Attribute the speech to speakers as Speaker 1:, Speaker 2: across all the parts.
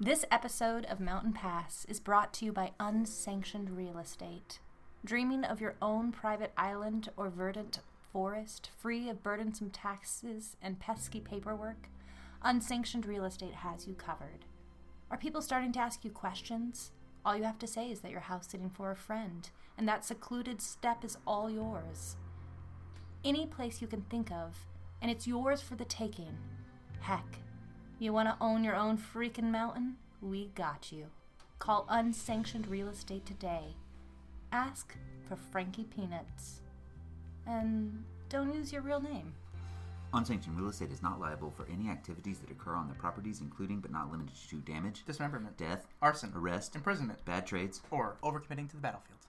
Speaker 1: This episode of Mountain Pass is brought to you by Unsanctioned Real Estate. Dreaming of your own private island or verdant forest free of burdensome taxes and pesky paperwork? Unsanctioned Real Estate has you covered. Are people starting to ask you questions? All you have to say is that you're house sitting for a friend, and that secluded step is all yours. Any place you can think of, and it's yours for the taking. Heck, you want to own your own freaking mountain? We got you. Call Unsanctioned Real Estate today. Ask for Frankie Peanuts. And don't use your real name.
Speaker 2: Unsanctioned real estate is not liable for any activities that occur on the properties, including but not limited to damage,
Speaker 3: dismemberment,
Speaker 2: death,
Speaker 3: arson,
Speaker 2: arrest,
Speaker 3: imprisonment,
Speaker 2: bad trades.
Speaker 3: or overcommitting to the battlefield.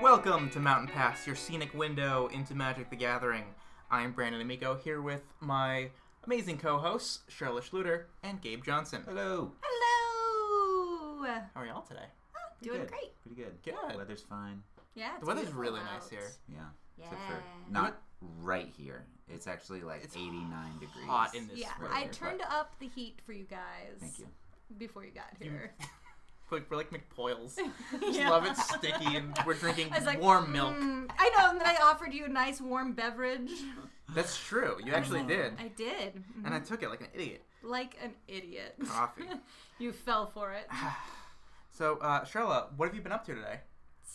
Speaker 3: Welcome to Mountain Pass, your scenic window into Magic the Gathering. I'm Brandon Amico here with my amazing co-hosts, Charlotte Schluter and Gabe Johnson.
Speaker 2: Hello.
Speaker 1: Hello!
Speaker 3: How are y'all today?
Speaker 2: Pretty
Speaker 1: Doing
Speaker 2: good.
Speaker 1: great.
Speaker 2: Pretty good.
Speaker 3: Good.
Speaker 2: Weather's fine.
Speaker 1: Yeah,
Speaker 3: The weather's really nice here.
Speaker 2: Yeah.
Speaker 1: Yeah.
Speaker 2: Except for not right here. It's actually like 89 degrees.
Speaker 3: Hot in this
Speaker 4: Yeah,
Speaker 3: room.
Speaker 4: I
Speaker 2: here,
Speaker 4: turned up the heat for you guys.
Speaker 2: Thank you.
Speaker 4: Before you got
Speaker 3: You-
Speaker 4: here.
Speaker 3: Like- We're like McPoils. Just
Speaker 4: Yeah.
Speaker 3: love it sticky, and we're drinking
Speaker 4: I was like,
Speaker 3: warm milk.
Speaker 4: "Mm." I know, and then I offered you a nice warm beverage.
Speaker 3: That's true. You actually did.
Speaker 4: I did.
Speaker 3: And I took it like an idiot.
Speaker 4: Like an idiot.
Speaker 3: Coffee.
Speaker 4: you fell for it.
Speaker 3: So, uh, Charlotte, what have you been up to today?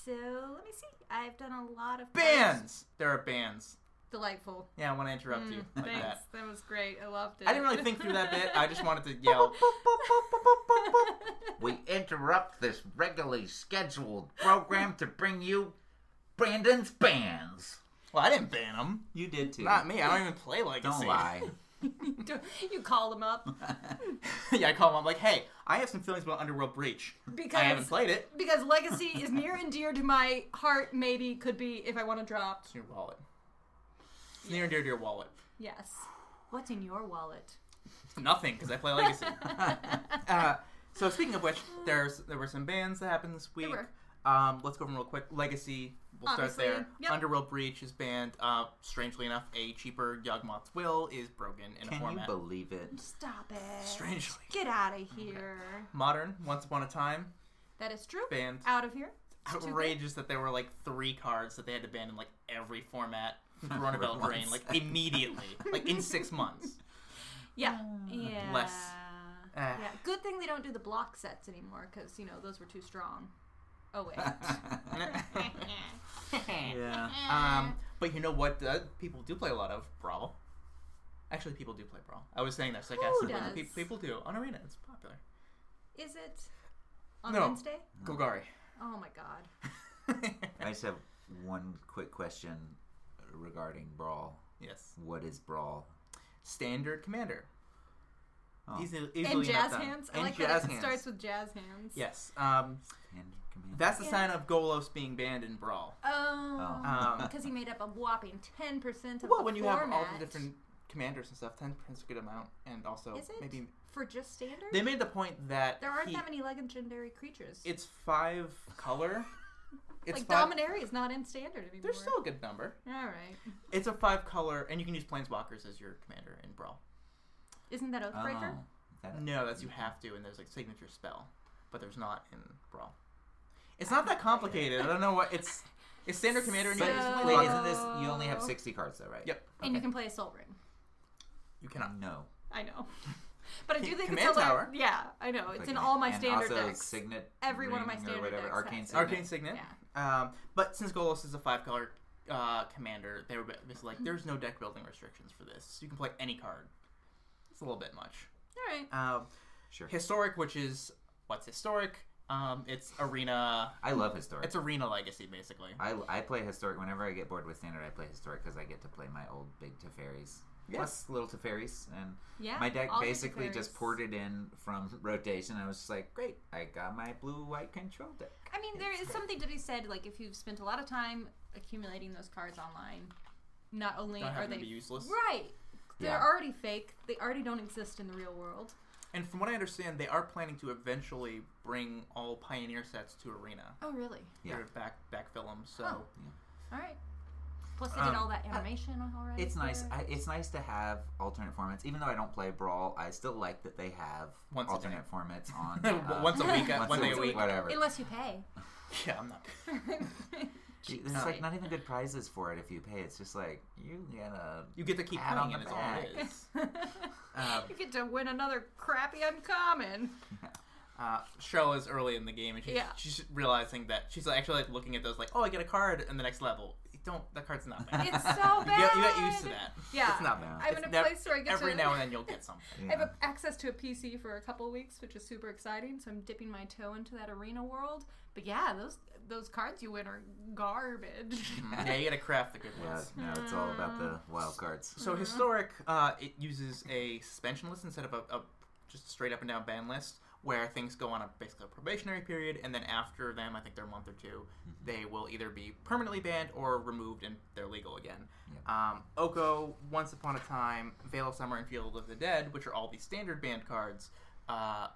Speaker 4: So let me see. I've done a lot of
Speaker 3: Bands! There are bands.
Speaker 4: Delightful.
Speaker 3: Yeah, I want to interrupt you like
Speaker 4: Mm, Thanks.
Speaker 3: that.
Speaker 4: That was great. I loved it.
Speaker 3: I didn't really think through that bit. I just wanted to yell.
Speaker 2: We interrupt this regularly scheduled program to bring you Brandon's bands.
Speaker 3: Well, I didn't ban them.
Speaker 2: You did too.
Speaker 3: Not me. I don't even play Legacy.
Speaker 2: Don't lie.
Speaker 4: Don't- you call them up
Speaker 3: yeah, I call them. I'm like, hey, I have some feelings about Underworld Breach. I haven't
Speaker 4: because
Speaker 3: played it.
Speaker 4: because legacy is near and dear to my heart. Maybe could be if I want to drop.
Speaker 3: It's in your wallet. It's near and dear to your wallet.
Speaker 4: Yes. What's in your wallet?
Speaker 3: Nothing, because I play Legacy. uh, so speaking of which, there's there were some bands that happened this week.
Speaker 4: were.
Speaker 3: Um, let's go from real quick. Legacy, we'll
Speaker 4: Obviously,
Speaker 3: start there.
Speaker 4: yep.
Speaker 3: Underworld Breach is banned. Uh, strangely enough, a cheaper Yawgmoth's Will is broken in a
Speaker 2: Can you
Speaker 3: format.
Speaker 2: believe it?
Speaker 4: Stop it.
Speaker 3: strangely,
Speaker 4: Get out of here.
Speaker 3: modern. Once upon a time,
Speaker 4: That is true.
Speaker 3: banned.
Speaker 4: Out of here. good.
Speaker 3: Outrageous that there were like three cards that they had to ban in like every format. Corona
Speaker 2: For
Speaker 3: Belgrane,
Speaker 2: once.
Speaker 3: like immediately, like in six months.
Speaker 4: Yeah. Yeah.
Speaker 3: Oh. Less. Ah.
Speaker 4: Yeah. Good thing they don't do the block sets anymore because, you know, those were too strong. Oh, wait.
Speaker 2: yeah.
Speaker 3: Um, but you know what? Uh, people do play a lot of Brawl. Actually, people do play Brawl. I was saying this. Like,
Speaker 4: Who
Speaker 3: accidentally,
Speaker 4: does?
Speaker 3: pe- people do on Arena. It's popular.
Speaker 4: is it on
Speaker 3: No.
Speaker 4: Wednesday?
Speaker 3: Golgari.
Speaker 4: Oh, my God.
Speaker 2: I just have one quick question regarding Brawl.
Speaker 3: yes.
Speaker 2: What is Brawl?
Speaker 3: Standard Commander.
Speaker 2: Oh.
Speaker 3: Easily,
Speaker 4: And
Speaker 3: easily enough
Speaker 4: jazz
Speaker 3: done.
Speaker 4: hands. I
Speaker 3: And
Speaker 4: like
Speaker 3: jazz
Speaker 4: that it
Speaker 3: hands.
Speaker 4: starts with jazz hands.
Speaker 3: Yes. Um,
Speaker 2: Hand command.
Speaker 3: that's the
Speaker 4: Yeah.
Speaker 3: sign of Golos being banned in Brawl.
Speaker 4: Oh.
Speaker 3: Um,
Speaker 4: Because he made up a whopping 10% of
Speaker 3: well,
Speaker 4: the
Speaker 3: when you
Speaker 4: format.
Speaker 3: have all the different commanders and stuff, ten percent is a good amount, and also
Speaker 4: Is it?
Speaker 3: maybe
Speaker 4: For just standard?
Speaker 3: they made the point that
Speaker 4: there aren't
Speaker 3: he-
Speaker 4: that many legendary creatures.
Speaker 3: It's five color. It's
Speaker 4: like,
Speaker 3: five.
Speaker 4: Dominaria is not in standard anymore.
Speaker 3: There's still a good number.
Speaker 4: All right.
Speaker 3: It's a five color, and you can use planeswalkers as your commander in Brawl.
Speaker 4: Isn't that
Speaker 2: Oh,
Speaker 4: Oathbreaker?
Speaker 2: that-
Speaker 3: No, that's you have to, and there's like signature spell, but there's not in Brawl. It's not that complicated. I don't know what it's. It's standard commander, and you
Speaker 2: But
Speaker 3: can just play
Speaker 2: wait,
Speaker 3: Brawl.
Speaker 2: isn't this? You only have sixty cards though, right?
Speaker 3: Yep.
Speaker 4: And you
Speaker 2: Okay.
Speaker 4: can play a Soul Ring.
Speaker 3: You cannot.
Speaker 2: No.
Speaker 4: I know. But I do think
Speaker 3: Command
Speaker 4: it's all like-
Speaker 3: Tower.
Speaker 4: yeah, I know. It's
Speaker 2: Like,
Speaker 4: in all my
Speaker 2: and
Speaker 4: standard
Speaker 2: also
Speaker 4: decks.
Speaker 2: Signet.
Speaker 4: Every one of my
Speaker 2: Ring or
Speaker 4: standard
Speaker 2: whatever,
Speaker 4: decks
Speaker 2: Arcane
Speaker 4: has it.
Speaker 2: Signet.
Speaker 3: Arcane Signet.
Speaker 4: Yeah.
Speaker 3: Um, but since Golos is a five color uh, commander, they were just
Speaker 2: Hmm.
Speaker 3: like, there's no deck building restrictions for this. You can play any card. It's a little bit much.
Speaker 4: All right.
Speaker 3: Um,
Speaker 2: Sure.
Speaker 3: historic, which is what's historic. Um, it's arena.
Speaker 2: I love historic.
Speaker 3: It's arena legacy, basically.
Speaker 2: I, I play historic whenever I get bored with standard. I play historic because I get to play my old big Teferis.
Speaker 3: Yeah.
Speaker 2: Plus little Teferis, and
Speaker 4: Yeah.
Speaker 2: my deck
Speaker 4: all the
Speaker 2: basically just
Speaker 4: Teferis.
Speaker 2: poured it in from rotation. I was just like, great, I got my blue white control deck.
Speaker 4: I mean, there is something to be said. Like, if you've spent a lot of time accumulating those cards online, not only
Speaker 3: Don't
Speaker 4: are
Speaker 3: have
Speaker 4: they
Speaker 3: them be useless.
Speaker 4: right, they're
Speaker 2: Yeah.
Speaker 4: already fake. They already don't exist in the real world.
Speaker 3: And from what I understand, they are planning to eventually bring all Pioneer sets to Arena.
Speaker 4: Oh, really?
Speaker 2: Yeah.
Speaker 3: Or back backfill them. So
Speaker 4: Oh. All right. Plus, they
Speaker 3: Um,
Speaker 4: did all that animation already.
Speaker 2: It's nice.
Speaker 4: for-
Speaker 2: I, it's nice to have alternate formats. Even though I don't play Brawl, I still like that they have
Speaker 3: Once a day.
Speaker 2: alternate formats on
Speaker 3: once a week, uh,
Speaker 2: once
Speaker 3: one
Speaker 2: a
Speaker 3: day a
Speaker 2: week,
Speaker 3: week.
Speaker 2: whatever.
Speaker 4: Unless you pay.
Speaker 3: Yeah, I'm not.
Speaker 2: Gee, There's like not even good prizes for it if you pay. It's just like you get a
Speaker 3: You get to keep
Speaker 2: Pat on
Speaker 3: playing, and
Speaker 2: the
Speaker 3: it's all
Speaker 2: back.
Speaker 3: it is. Um,
Speaker 4: you get to win another crappy uncommon.
Speaker 3: uh, Cheryl is early in the game, and she's,
Speaker 4: Yeah.
Speaker 3: she's realizing that she's like, actually like looking at those, like, oh, I get a card in the next level. Don't that card's not bad.
Speaker 4: It's so
Speaker 3: you,
Speaker 4: bad.
Speaker 3: get, you get used to that.
Speaker 4: Yeah.
Speaker 3: it's not bad.
Speaker 2: Yeah.
Speaker 3: It's
Speaker 4: I'm in a
Speaker 3: nev-
Speaker 4: place where I get
Speaker 3: every
Speaker 4: to.
Speaker 3: now and then you'll get something.
Speaker 2: yeah.
Speaker 4: I have a, access to a PC for a couple weeks, which is super exciting. So I'm dipping my toe into that arena world. But yeah, those those cards you win are garbage.
Speaker 3: yeah, you gotta craft the good
Speaker 2: yeah,
Speaker 3: ones.
Speaker 2: no, it's all about the
Speaker 4: Hmm.
Speaker 2: wild cards.
Speaker 3: So historic, uh, it uses a suspension list instead of a, a just straight up and down ban list, where things go on a basically a probationary period, and then after them, I think they're a month or 2
Speaker 2: Mm-hmm.
Speaker 3: they will either be permanently banned or removed and they're legal again.
Speaker 2: Yep.
Speaker 3: Um, Oko, Once Upon a Time, Veil of Summer, and Field of the Dead, which are all the standard banned cards, uh,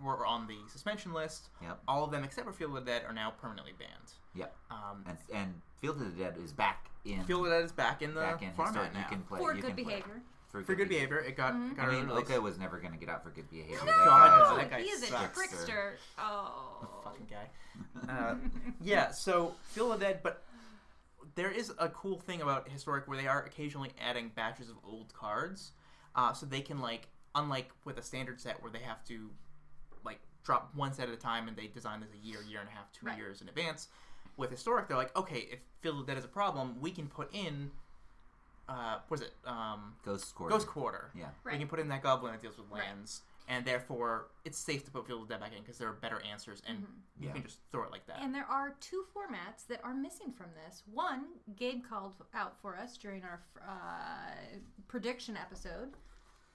Speaker 3: were on the suspension list.
Speaker 2: Yep.
Speaker 3: All of them except for Field of the Dead are now permanently banned.
Speaker 2: Yep.
Speaker 3: Um,
Speaker 2: And, and Field of the Dead is back in
Speaker 3: Field of the Dead is back in the
Speaker 2: back in
Speaker 3: format
Speaker 2: historic.
Speaker 3: now.
Speaker 2: You can play
Speaker 4: for
Speaker 2: you
Speaker 4: good
Speaker 2: can play.
Speaker 4: behavior.
Speaker 3: for good behavior, it got, got
Speaker 2: I mean,
Speaker 3: released.
Speaker 2: Luca was never going to get out for good behavior.
Speaker 4: No,
Speaker 2: That
Speaker 3: Oh, God,
Speaker 2: guy-
Speaker 3: that guy
Speaker 4: Oh, he is a
Speaker 3: sucks.
Speaker 4: trickster. Oh,
Speaker 3: fucking guy. Uh, yeah, so Fill the Dead, but there is a cool thing about Historic where they are occasionally adding batches of old cards. Uh, so they can, like, unlike with a standard set where they have to, like, drop one set at a time and they design this a year, year and a half, two
Speaker 4: Right.
Speaker 3: years in advance. With Historic, they're like, okay, if Fill the Dead is a problem, we can put in, uh, what is it? Um,
Speaker 2: Ghost Quarter.
Speaker 3: Ghost Quarter.
Speaker 2: Yeah.
Speaker 4: Right.
Speaker 3: We can put in that goblin that deals with
Speaker 4: Right.
Speaker 3: lands, and therefore it's safe to put Field of the Dead back in because there are better answers, and you
Speaker 2: Yeah.
Speaker 3: can just throw it like that.
Speaker 4: Mm-hmm. And there are two formats that are missing from this. One, Gabe called out for us during our uh, prediction episode.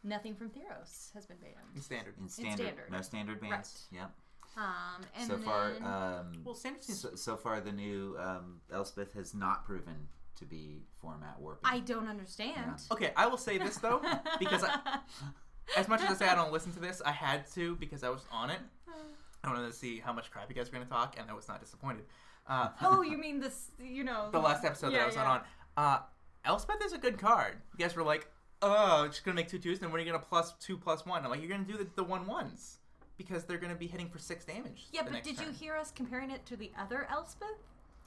Speaker 4: Nothing from Theros has been
Speaker 3: In
Speaker 4: banned.
Speaker 3: standard.
Speaker 2: In standard,
Speaker 4: standard.
Speaker 2: no standard bands. Yep.
Speaker 4: Um, and
Speaker 2: so
Speaker 4: then,
Speaker 2: far, um,
Speaker 3: Well, standard seems
Speaker 2: so, so far the new um, Elspeth has not proven to be format warping.
Speaker 4: I don't understand.
Speaker 3: okay. I will say this though, because I, as much as I say I don't listen to this, I had to because I was on it. I wanted to see how much crap you guys were going to talk, and I was not disappointed. Uh,
Speaker 4: Oh, you mean this? You know,
Speaker 3: the last episode that
Speaker 4: Yeah,
Speaker 3: I was
Speaker 4: yeah.
Speaker 3: not on. Uh, Elspeth is a good card. You guys were like, oh, it's just gonna make two twos, then when are you gonna plus two plus one? I'm like, you're gonna do the, the one ones because they're gonna be hitting for six damage.
Speaker 4: Yeah,
Speaker 3: the
Speaker 4: but
Speaker 3: next
Speaker 4: did you
Speaker 3: turn.
Speaker 4: hear us comparing it to the other Elspeth?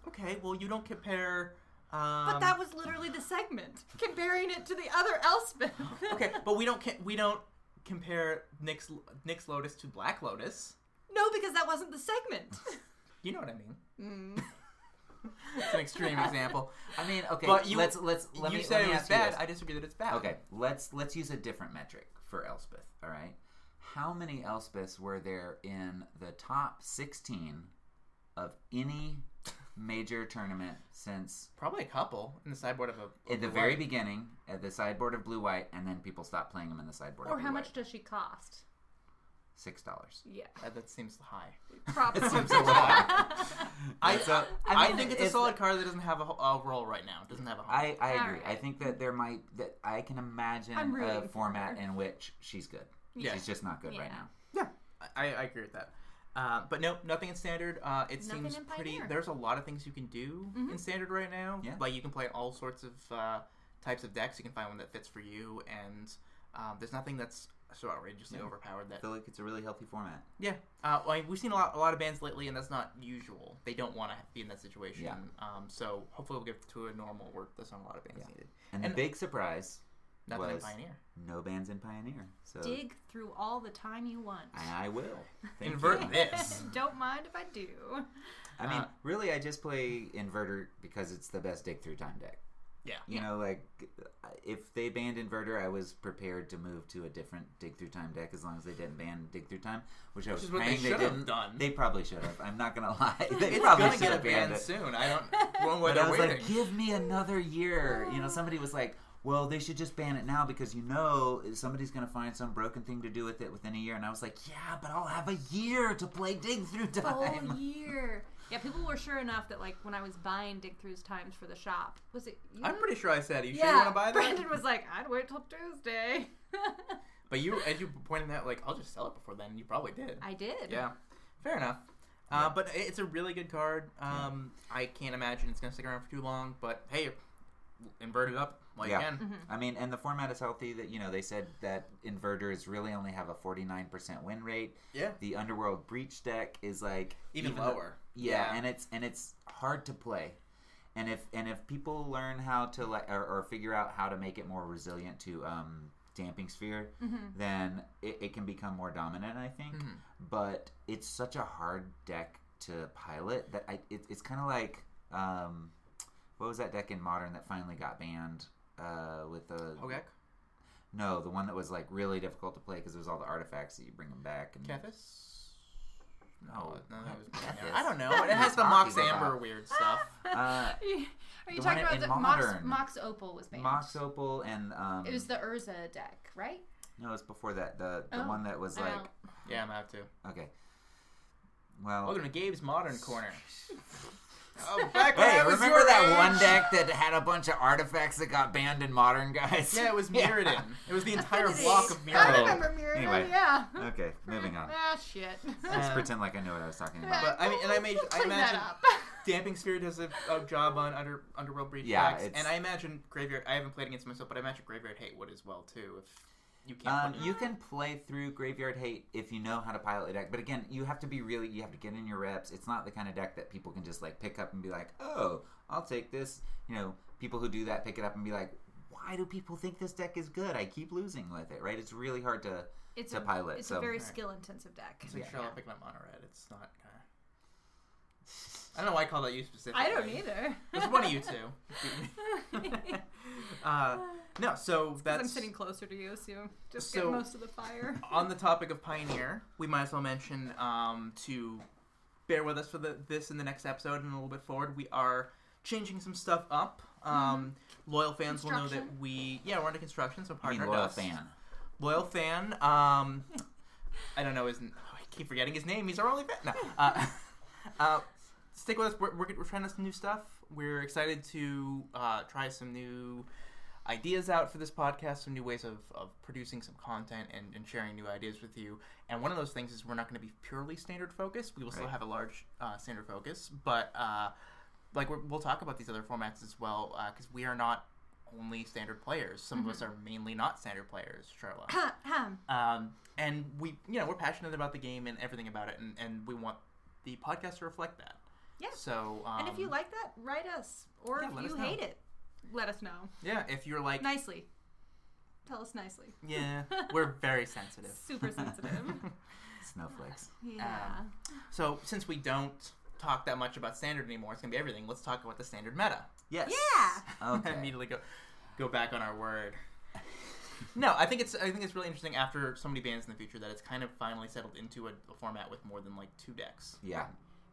Speaker 3: Okay, well you don't compare. Um,
Speaker 4: But that was literally the segment comparing it to the other Elspeth.
Speaker 3: okay, but we don't ca- we don't compare Nick's Nick's Lotus to Black Lotus.
Speaker 4: no, because that wasn't the segment.
Speaker 3: You know what I mean? it's an extreme example.
Speaker 2: I mean, Mm. okay.
Speaker 3: But you-
Speaker 2: let's let's let
Speaker 3: you
Speaker 2: me
Speaker 3: said
Speaker 2: let me
Speaker 3: it was
Speaker 2: ask you
Speaker 3: bad.
Speaker 2: this.
Speaker 3: I disagree that it's bad.
Speaker 2: Okay, let's let's use a different metric for Elspeth. All right, how many Elspeths were there in the top sixteen of any major tournament since
Speaker 3: Probably a couple in the sideboard of a.
Speaker 2: at the very beginning at the sideboard of blue white, and then people stopped playing them in the sideboard.
Speaker 4: or
Speaker 2: of
Speaker 4: how
Speaker 2: blue
Speaker 4: much
Speaker 2: White?
Speaker 4: does she cost?
Speaker 2: Six dollars.
Speaker 4: Yeah,
Speaker 3: Uh, that seems high.
Speaker 4: probably.
Speaker 3: I, I,
Speaker 2: mean,
Speaker 3: think it's, a
Speaker 2: it's-
Speaker 3: solid card that doesn't have a, ho- a role right now. It doesn't have a home.
Speaker 2: I, I
Speaker 4: All
Speaker 2: agree. I
Speaker 4: right.
Speaker 2: think that there might that I can imagine
Speaker 4: I'm
Speaker 2: a
Speaker 4: rooting for
Speaker 2: format
Speaker 4: her.
Speaker 2: in which she's good.
Speaker 3: Yeah.
Speaker 2: She's just not good right
Speaker 4: Yeah.
Speaker 2: now.
Speaker 3: yeah, I, I agree with that. Uh, but nope, nothing in standard. Uh, it
Speaker 4: Nothing
Speaker 3: seems
Speaker 4: in
Speaker 3: pretty.
Speaker 4: Pioneer.
Speaker 3: There's a lot of things you can do in standard right now.
Speaker 2: Yeah.
Speaker 3: Like you can play all sorts of uh, types of decks. You can find one that fits for you, and um, there's nothing that's so outrageously overpowered
Speaker 2: I
Speaker 3: that.
Speaker 2: feel like it's a really healthy format.
Speaker 3: Yeah, uh, well, we've seen a lot, a lot of bands lately, and that's not usual. They don't want to be in that situation.
Speaker 2: Yeah.
Speaker 3: Um, so hopefully we'll get to a normal where that's not a lot of bands needed.
Speaker 2: And the
Speaker 3: And-
Speaker 2: big surprise
Speaker 3: Nothing in
Speaker 2: was
Speaker 3: Pioneer.
Speaker 2: no bans in Pioneer. So
Speaker 4: Dig through all the time you want.
Speaker 2: I, I will. Thank
Speaker 3: Invert
Speaker 2: you.
Speaker 3: this.
Speaker 4: Don't mind if I do.
Speaker 2: I mean,
Speaker 3: Uh,
Speaker 2: really, I just play Inverter because it's the best dig through time deck.
Speaker 3: Yeah.
Speaker 2: You know, like if they banned Inverter, I was prepared to move to a different dig through time deck as long as they didn't ban dig through time, which I was
Speaker 3: is what they
Speaker 2: praying
Speaker 3: should have
Speaker 2: didn't.
Speaker 3: done.
Speaker 2: They probably should have. I'm not gonna lie. They
Speaker 3: It's
Speaker 2: probably
Speaker 3: gonna
Speaker 2: should
Speaker 3: get a
Speaker 2: have banned
Speaker 3: ban
Speaker 2: it.
Speaker 3: soon. I don't. One way
Speaker 2: But I
Speaker 3: they're
Speaker 2: was
Speaker 3: waiting.
Speaker 2: like, give me another year. You know, somebody was like, well, they should just ban it now because you know somebody's going to find some broken thing to do with it within a year. And I was like, yeah, but I'll have a year to play Dig Through
Speaker 3: Oh,
Speaker 4: Whole
Speaker 2: Time.
Speaker 4: year. Yeah, people were sure enough that like when I was buying dig throughs times for the shop, was it? You?
Speaker 3: I'm pretty sure I said, "You sure
Speaker 4: yeah,
Speaker 3: you want to buy that?"
Speaker 4: Brandon was like, "I'd wait till Tuesday."
Speaker 3: But you, as you pointed out, like I'll just sell it before then. You probably did.
Speaker 4: I did.
Speaker 3: Yeah, fair enough. Uh,
Speaker 2: Yeah.
Speaker 3: But i- it's a really good card. Um, I can't imagine it's gonna stick around for too long. But hey, invert it up while
Speaker 2: Yeah.
Speaker 3: you can.
Speaker 4: Mm-hmm.
Speaker 2: I mean, and the format is healthy. That you know, they said that inverters really only have a forty nine percent win rate.
Speaker 3: Yeah,
Speaker 2: The underworld breach deck is like
Speaker 3: even,
Speaker 2: though-
Speaker 3: lower.
Speaker 2: yeah,
Speaker 3: Yeah.
Speaker 2: and it's and it's hard to play. And if and if people learn how to like or, or figure out how to make it more resilient to um, damping sphere, then it, it can become more dominant. I think,
Speaker 3: Mhm.
Speaker 2: but it's such a hard deck to pilot that I it, it's kind of like um, what was that deck in modern that finally got banned uh, with the
Speaker 3: Hogak,
Speaker 2: no the one that was like really difficult to play because it was all the artifacts that you bring them back and
Speaker 3: Kethis.
Speaker 2: No,
Speaker 3: no, that
Speaker 2: what?
Speaker 3: was.
Speaker 2: Kethis.
Speaker 3: I don't know. It has the
Speaker 2: Talking
Speaker 3: Mox
Speaker 2: about-
Speaker 3: Amber weird stuff.
Speaker 2: uh,
Speaker 4: Are you
Speaker 2: The
Speaker 4: talking
Speaker 2: one
Speaker 4: about
Speaker 2: in
Speaker 4: the Mox,
Speaker 2: Modern.
Speaker 4: Mox Opal was banned?
Speaker 2: Mox Opal and um,
Speaker 4: It was the Urza deck, right?
Speaker 2: No, it's before that. The the
Speaker 4: Oh.
Speaker 2: one that was
Speaker 4: I
Speaker 2: like
Speaker 4: don't-
Speaker 3: Yeah, I'm out too.
Speaker 2: okay. Well,
Speaker 3: Welcome to Gabe's Modern Corner. oh, back when
Speaker 2: hey,
Speaker 3: I was
Speaker 2: remember
Speaker 3: your
Speaker 2: that
Speaker 3: age?
Speaker 2: one deck that had a bunch of artifacts that got banned in modern guys?
Speaker 3: Yeah, it was Mirrodin. It was the entire
Speaker 4: Affinity.
Speaker 3: block of
Speaker 4: I
Speaker 2: Mirrodin.
Speaker 3: Mirrodin.
Speaker 4: remember Mirrodin,
Speaker 2: Anyway.
Speaker 4: yeah.
Speaker 2: okay, moving on.
Speaker 4: Ah, shit.
Speaker 2: Let's
Speaker 3: Um,
Speaker 2: pretend like I know what I was talking about.
Speaker 3: But I mean, and I made-
Speaker 4: We'll
Speaker 3: I
Speaker 4: clean that
Speaker 3: imagine-
Speaker 4: up.
Speaker 3: Damping Sphere does a, a job on under, Underworld Breach
Speaker 2: Yeah,
Speaker 3: decks,
Speaker 2: it's-
Speaker 3: and I imagine Graveyard. I haven't played against myself, but I imagine Graveyard Hate would as well too. If you can't,
Speaker 2: Um,
Speaker 3: put it-
Speaker 2: you can play through Graveyard Hate if you know how to pilot a deck, but again, you have to be really, you have to get in your reps. It's not the kind of deck that people can just like pick up and be like, oh, I'll take this. You know, people who do that pick it up and be like, why do people think this deck is good? I keep losing with it, right? It's really hard to.
Speaker 4: it's
Speaker 2: to
Speaker 4: a,
Speaker 2: pilot,
Speaker 4: It's
Speaker 2: so-
Speaker 4: a very
Speaker 3: Right.
Speaker 4: skill intensive deck.
Speaker 3: it's like
Speaker 2: yeah.
Speaker 3: Charlotte picking up mono red. It's not. Uh, I don't know why I call that you specifically.
Speaker 4: I don't either.
Speaker 3: It's one of you two. uh, no, so that's
Speaker 4: I'm sitting closer to you, so you just
Speaker 3: So-
Speaker 4: get most of the fire.
Speaker 3: on the topic of Pioneer, we might as well mention um, to bear with us for the, this in the next episode and a little bit forward. We are changing some stuff up. Um, Loyal fans will know that
Speaker 4: Construction.
Speaker 3: we yeah we're under construction, so
Speaker 2: I Mm-hmm. mean,
Speaker 3: partner
Speaker 2: loyal
Speaker 3: us.
Speaker 2: fan.
Speaker 3: Loyal fan. Um, I don't know his. n- I keep forgetting his name. He's our only fan. No. Uh, uh, stick with us. We're, we're, we're trying some new stuff. We're excited to uh, try some new ideas out for this podcast, some new ways of, of producing some content and, and sharing new ideas with you. And one of those things is we're not going to be purely standard focused. We will still
Speaker 2: Right.
Speaker 3: have a large uh, standard focus, but uh, like we're, we'll talk about these other formats as well because we are not only standard players. Some of us
Speaker 4: Mm-hmm.
Speaker 3: are mainly not standard players, Charlotte
Speaker 4: Ahem.
Speaker 3: um, and we you know we're passionate about the game and everything about it and, and we want the podcast to reflect that
Speaker 4: Yeah.
Speaker 3: so um,
Speaker 4: and if you like that, write us. Or
Speaker 3: yeah, let
Speaker 4: if
Speaker 3: us
Speaker 4: you
Speaker 3: know.
Speaker 4: hate it, let us know.
Speaker 3: yeah if you're like
Speaker 4: Nicely. Tell us nicely.
Speaker 3: yeah we're very sensitive
Speaker 4: Super sensitive.
Speaker 2: Snowflakes.
Speaker 4: yeah.
Speaker 3: Um, so since we don't talk that much about standard anymore it's gonna be everything let's talk about the standard meta
Speaker 2: Yes.
Speaker 4: Yeah.
Speaker 2: Okay.
Speaker 3: immediately go go back on our word no i think it's i think it's really interesting after so many bands in the future that it's kind of finally settled into a, a format with more than like two decks
Speaker 2: Yeah.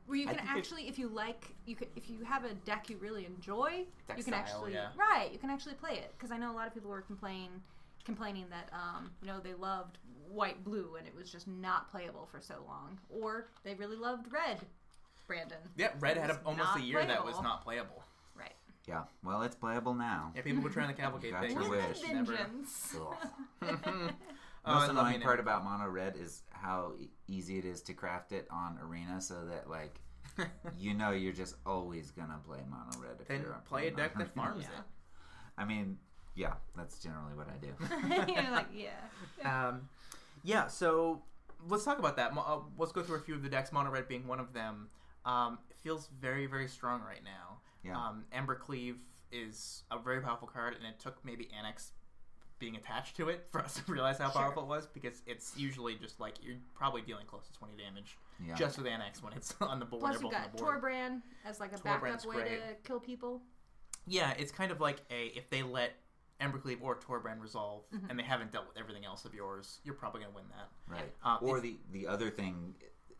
Speaker 4: Where you
Speaker 2: I
Speaker 4: can
Speaker 2: think it-
Speaker 4: actually, if you like, you could, if you have a deck you really enjoy,
Speaker 3: Deck
Speaker 4: you can
Speaker 3: style,
Speaker 4: actually
Speaker 3: yeah.
Speaker 4: right. You can actually play it because I know a lot of people were complaining, complaining that um, you know they loved white blue and it was just not playable for so long, or they really loved red. Brandon,
Speaker 3: yeah red had a,
Speaker 4: It's
Speaker 3: almost a
Speaker 4: not
Speaker 3: year that was
Speaker 4: playable.
Speaker 3: not playable
Speaker 4: right?
Speaker 2: Yeah. Well, it's playable now.
Speaker 3: yeah people were trying to cavalcade
Speaker 2: Gotcha.
Speaker 3: things
Speaker 2: With
Speaker 4: With
Speaker 2: a
Speaker 3: which
Speaker 4: a
Speaker 2: wish.
Speaker 3: never-
Speaker 4: vengeance.
Speaker 2: Ugh.
Speaker 3: Oh,
Speaker 2: Most
Speaker 3: I love
Speaker 2: annoying
Speaker 3: me
Speaker 2: part
Speaker 3: now.
Speaker 2: about mono red is how e- easy it is to craft it on arena, so that like you know you're just always gonna play mono red. If
Speaker 3: then
Speaker 2: you're up
Speaker 3: play a
Speaker 2: on
Speaker 3: deck
Speaker 2: mono
Speaker 3: that farms
Speaker 4: Yeah.
Speaker 2: I mean, yeah, that's generally what I do.
Speaker 4: You're like, yeah.
Speaker 3: it. Um, yeah, so let's talk about that. Mo- uh, let's go through a few of the decks, Mono Red being one of them. Um, it feels very, very strong right now.
Speaker 2: Yeah.
Speaker 3: Um, Ember Cleave is a very powerful card, and it took maybe Annex being attached to it for us to realize how
Speaker 4: Sure.
Speaker 3: powerful it was because it's usually just like you're probably dealing close to 20 damage
Speaker 2: Yeah.
Speaker 3: just with Annex when it's on the board.
Speaker 4: Plus,
Speaker 3: they're
Speaker 4: you
Speaker 3: both on
Speaker 4: got
Speaker 3: the board.
Speaker 4: Torbrand as like a
Speaker 3: Torbrand's
Speaker 4: backup way
Speaker 3: great.
Speaker 4: to kill people.
Speaker 3: Yeah, it's kind of like a if they let Embercleave or Torbrand resolve
Speaker 4: Mm-hmm.
Speaker 3: and they haven't dealt with everything else of yours, you're probably gonna win that.
Speaker 2: Right.
Speaker 3: Um,
Speaker 2: or
Speaker 3: it's-
Speaker 2: the the other thing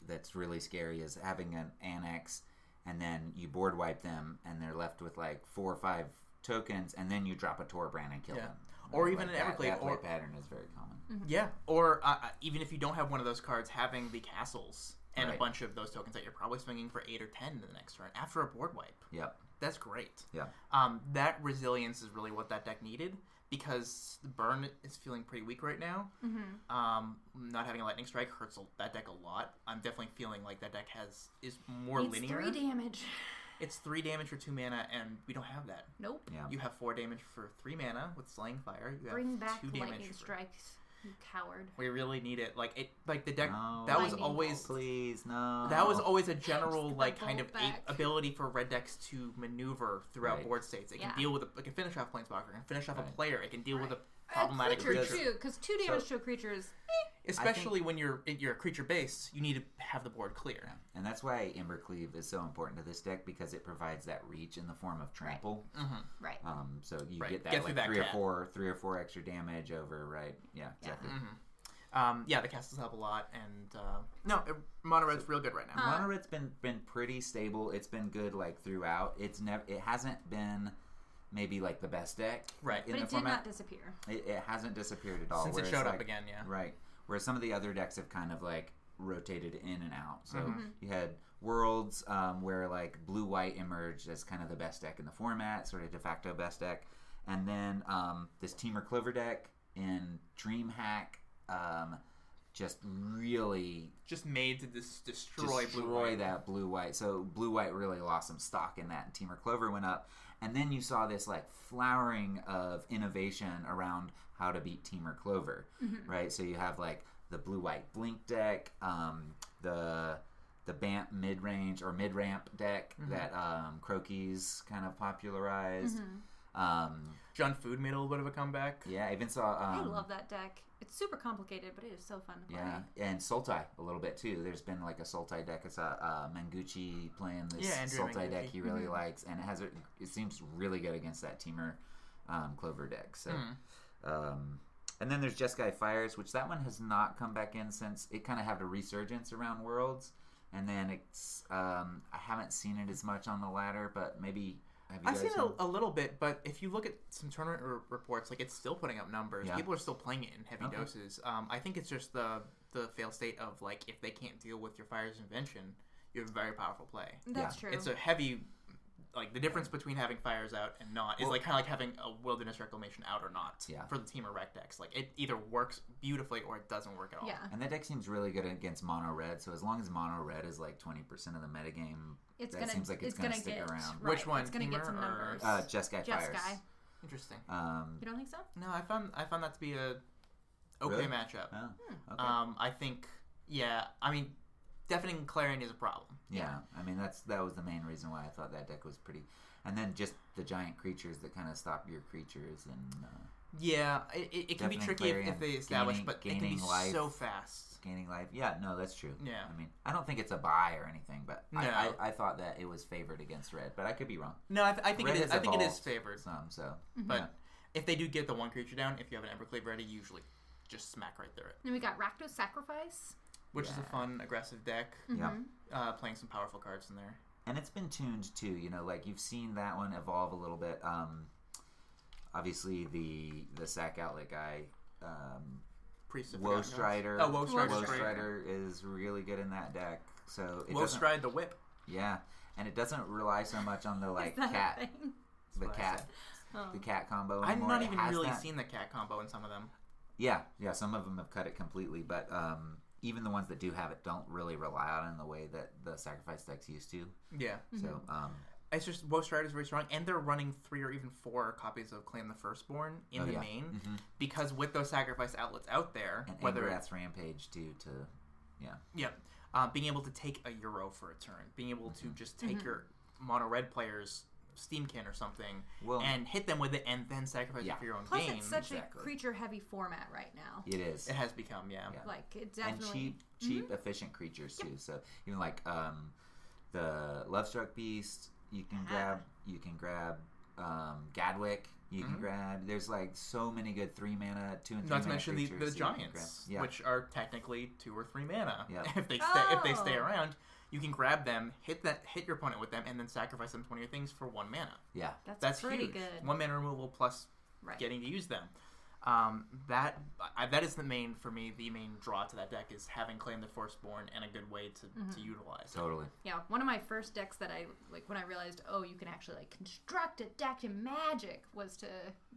Speaker 2: that's really scary is having an annex, and then you board wipe them, and they're left with like four or five tokens, and then you drop a Torbrand and kill
Speaker 3: Yeah.
Speaker 2: them.
Speaker 3: Or
Speaker 2: Like,
Speaker 3: even an
Speaker 2: that,
Speaker 3: Evercleave,
Speaker 2: That play
Speaker 3: or- Mm-hmm.
Speaker 2: pattern is very common.
Speaker 4: Mm-hmm.
Speaker 3: Yeah. Or uh, uh, even if you don't have one of those cards, having the castles and
Speaker 2: Right.
Speaker 3: a bunch of those tokens that you're probably swinging for eight or ten in the next turn after a board wipe.
Speaker 2: Yep.
Speaker 3: that's great.
Speaker 2: Yeah.
Speaker 3: Um, that resilience is really what that deck needed because the burn is feeling pretty weak right now. Mm-hmm. Um, not having a lightning strike hurts a- that deck a lot. I'm definitely feeling like that deck has is more
Speaker 4: It's
Speaker 3: linear.
Speaker 4: three damage.
Speaker 3: it's three damage for two mana, and we don't have that.
Speaker 4: Nope.
Speaker 2: Yeah.
Speaker 3: You have four damage for three mana with Slaying Fire. You
Speaker 4: Bring
Speaker 3: have
Speaker 4: back
Speaker 3: two damage
Speaker 4: lightning
Speaker 3: for-
Speaker 4: strikes, you coward.
Speaker 3: We really need it. Like it. Like the deck.
Speaker 2: No.
Speaker 3: That was
Speaker 4: Lightning
Speaker 3: always.
Speaker 2: Please, no.
Speaker 3: That was
Speaker 2: always.
Speaker 3: always a general
Speaker 4: Just the
Speaker 3: like kind of
Speaker 4: bolt back.
Speaker 3: a- ability for red decks to maneuver throughout
Speaker 2: Right.
Speaker 3: board states. It
Speaker 4: Yeah.
Speaker 3: can deal with a, it can finish off planeswalker, it can finish off a
Speaker 2: Right.
Speaker 3: player, it can deal with
Speaker 4: Right.
Speaker 3: a problematic
Speaker 4: a creature,
Speaker 3: creature.
Speaker 4: too, because two damage to a creature is
Speaker 3: Especially when you're if you're a creature based, you need to have the board clear.
Speaker 2: And that's why Ember Cleave is so important to this deck because it provides that reach in the form of trample.
Speaker 4: right.
Speaker 2: Um, so you
Speaker 3: Mm-hmm. Right.
Speaker 2: get that
Speaker 3: Get through
Speaker 2: like
Speaker 3: that
Speaker 2: three
Speaker 3: cat.
Speaker 2: or four, three or four extra damage over, right? Yeah, exactly.
Speaker 3: Um, yeah, the castles help a lot, and uh, no, it, mono red's real good right now.
Speaker 4: Uh-huh.
Speaker 2: Mono red's been been pretty stable. It's been good like throughout. It's never it hasn't been maybe like the best deck
Speaker 3: Right.
Speaker 2: in the
Speaker 4: but it did
Speaker 2: format.
Speaker 4: not disappear.
Speaker 2: it, it hasn't disappeared at all
Speaker 3: Since it
Speaker 2: whereas,
Speaker 3: showed up
Speaker 2: like-
Speaker 3: again, yeah.
Speaker 2: right where some of the other decks have kind of like rotated in and out so you had worlds um, where like blue white emerged as kind of the best deck in the format sort of de facto best deck and then um, this teamer clover deck in dreamhack um, just really
Speaker 3: Just made to dis- destroy,
Speaker 2: destroy,
Speaker 3: blue. White.
Speaker 2: that blue white. So blue white really lost some stock in that, and Teamer Clover went up. And then you saw this like flowering of innovation around how to beat Teamer Clover, right? So you have like the blue white blink deck, um, the the BAMP mid range or mid ramp deck that um, Crokies kind of popularized. Um,
Speaker 3: John Food made a little bit of a comeback.
Speaker 2: yeah, I even saw. Um,
Speaker 4: I love that deck. It's super complicated, but it is so fun to play.
Speaker 2: Yeah, and Sultai a little bit too. There's been like a Sultai deck. It's a uh, Manguchi playing this
Speaker 3: Yeah, Andrea
Speaker 2: Sultai deck
Speaker 3: Manguchi. Mm-hmm.
Speaker 2: he really likes, and it has a, it seems really good against that Teamer um, Clover deck. So,
Speaker 3: Mm-hmm.
Speaker 2: um, and then there's Jeskai Fires, which that one has not come back in since it kind of had a resurgence around Worlds, and then it's um, I haven't seen it as much on the ladder, but maybe have you
Speaker 3: I've
Speaker 2: guys
Speaker 3: seen
Speaker 2: seen-
Speaker 3: a, a little bit, but if you look at some tournament r- reports, like it's still putting up numbers.
Speaker 2: Yeah.
Speaker 3: People are still playing it in heavy
Speaker 2: Okay.
Speaker 3: doses. Um, I think it's just the the fail state of like if they can't deal with your fire's invention, you have a very powerful play.
Speaker 4: That's
Speaker 2: Yeah.
Speaker 4: true.
Speaker 3: It's a heavy, like the difference between having fires out and not is like kind of like having a wilderness reclamation out or not
Speaker 2: Yeah.
Speaker 3: for the team or rec decks. Like it either works beautifully or it doesn't work at all.
Speaker 4: yeah,
Speaker 2: And that deck seems really good against mono red. So as long as mono red is like twenty percent of the metagame,
Speaker 4: it's
Speaker 2: that
Speaker 4: gonna
Speaker 2: seems like it's,
Speaker 4: gonna,
Speaker 2: stick
Speaker 4: get
Speaker 2: around.
Speaker 4: Right,
Speaker 3: Which one,
Speaker 4: It's gonna get
Speaker 3: Teemer
Speaker 4: some
Speaker 3: or-
Speaker 4: numbers.
Speaker 2: Uh, Jeskai Fires.
Speaker 4: Jeskai.
Speaker 3: Interesting.
Speaker 2: Um,
Speaker 4: you don't think so?
Speaker 3: No, I found I found that to be a okay
Speaker 2: Really?
Speaker 3: matchup.
Speaker 2: oh, okay.
Speaker 3: Um, I think, yeah, I mean, deafening clarion is a problem.
Speaker 2: Yeah, I mean that's that was the main reason why I thought that deck was pretty, and then just the giant creatures that kind of stop your creatures and uh,
Speaker 3: Yeah, it, it, it can be
Speaker 2: Deafening
Speaker 3: tricky if,
Speaker 2: Clarion,
Speaker 3: if they establish,
Speaker 2: gaining-
Speaker 3: but it can be
Speaker 2: gaining life.
Speaker 3: so fast.
Speaker 2: gaining life. Yeah, no, that's true.
Speaker 3: Yeah.
Speaker 2: I mean I don't think it's a buy or anything, but I,
Speaker 3: No.
Speaker 2: I, I thought that it was favored against red, but I could be wrong.
Speaker 3: No, I, th- I think
Speaker 2: Red
Speaker 3: it is.
Speaker 2: has
Speaker 3: I think it is
Speaker 2: evolved
Speaker 3: favored,
Speaker 2: Some so,
Speaker 3: but
Speaker 2: yeah.
Speaker 3: if they do get the one creature down, if you have an Embercleave ready, you usually just smack right through it,
Speaker 4: And we got Rakdos Sacrifice.
Speaker 3: which is
Speaker 2: Yeah.
Speaker 3: a fun aggressive deck.
Speaker 2: yeah.
Speaker 3: Uh, playing some powerful cards in there.
Speaker 2: and it's been tuned too you know like you've seen that one evolve a little bit um obviously the the sack outlet guy um
Speaker 3: Priest of
Speaker 2: woe
Speaker 3: Forgotten Gods.
Speaker 2: strider
Speaker 3: Oh, Woe Strider's
Speaker 2: Woe
Speaker 3: great.
Speaker 2: Strider is really good in that deck so it
Speaker 3: Woe
Speaker 2: doesn't-
Speaker 3: Stride the Whip.
Speaker 2: yeah and it doesn't rely so much on the like
Speaker 4: Is that a
Speaker 2: cat
Speaker 4: thing? Oh.
Speaker 2: the
Speaker 3: what I
Speaker 2: cat
Speaker 3: said.
Speaker 2: the cat combo
Speaker 3: I've
Speaker 2: anymore.
Speaker 3: not
Speaker 2: It
Speaker 3: even
Speaker 2: has
Speaker 3: really
Speaker 2: that.
Speaker 3: seen the cat combo in some of them.
Speaker 2: yeah yeah some of them have cut it completely but um even the ones that do have it don't really rely on it in the way that the sacrifice decks used to
Speaker 3: Yeah.
Speaker 2: so
Speaker 4: Mm-hmm.
Speaker 2: um
Speaker 3: It's just Woe Strider is very strong, and they're running three or even four copies of Claim the Firstborn in
Speaker 2: Oh,
Speaker 3: the
Speaker 2: yeah.
Speaker 3: main because with those sacrifice outlets out there,
Speaker 2: and
Speaker 3: whether
Speaker 2: whether that's rampage due to yeah
Speaker 3: yeah, uh, being able to take a euro for a turn, being able
Speaker 2: Mm-hmm.
Speaker 3: to just take
Speaker 4: Mm-hmm.
Speaker 3: your mono red players steam can or something
Speaker 2: Well-
Speaker 3: and hit them with it, and then sacrifice
Speaker 2: Yeah.
Speaker 3: it for your own
Speaker 4: Plus,
Speaker 3: game.
Speaker 4: it's such
Speaker 2: exactly.
Speaker 4: a creature-heavy format right now.
Speaker 2: it is
Speaker 3: It has become yeah.
Speaker 2: Yeah.
Speaker 4: Like it
Speaker 2: and
Speaker 4: definitely. Mm-hmm.
Speaker 2: cheap, cheap, efficient creatures too. So even like um, the Lovestruck Beast, you can grab, you can grab um, Gadwick, you
Speaker 4: Mm-hmm.
Speaker 2: can grab. There's like so many good three mana, two and three
Speaker 3: Not
Speaker 2: mana
Speaker 3: to mention the,
Speaker 2: creatures
Speaker 3: the
Speaker 2: that you can grab.
Speaker 3: giants,
Speaker 2: yeah,
Speaker 3: which are technically two or three mana.
Speaker 2: Yeah.
Speaker 3: If they stay, if they stay
Speaker 4: Oh.
Speaker 3: around, you can grab them, hit that, hit your opponent with them, and then sacrifice them to one of your things for one mana.
Speaker 2: yeah,
Speaker 4: That's,
Speaker 3: That's
Speaker 4: pretty
Speaker 3: huge.
Speaker 4: good.
Speaker 3: One mana removal plus
Speaker 4: Right.
Speaker 3: getting to use them. Um, that I, that is the main for me. The main draw to that deck is having claimed the Firstborn and a good way to,
Speaker 4: Mm-hmm.
Speaker 3: to utilize. it.
Speaker 2: Totally.
Speaker 4: Yeah, one of my first decks that I like when I realized, oh, you can actually like construct a deck in Magic was to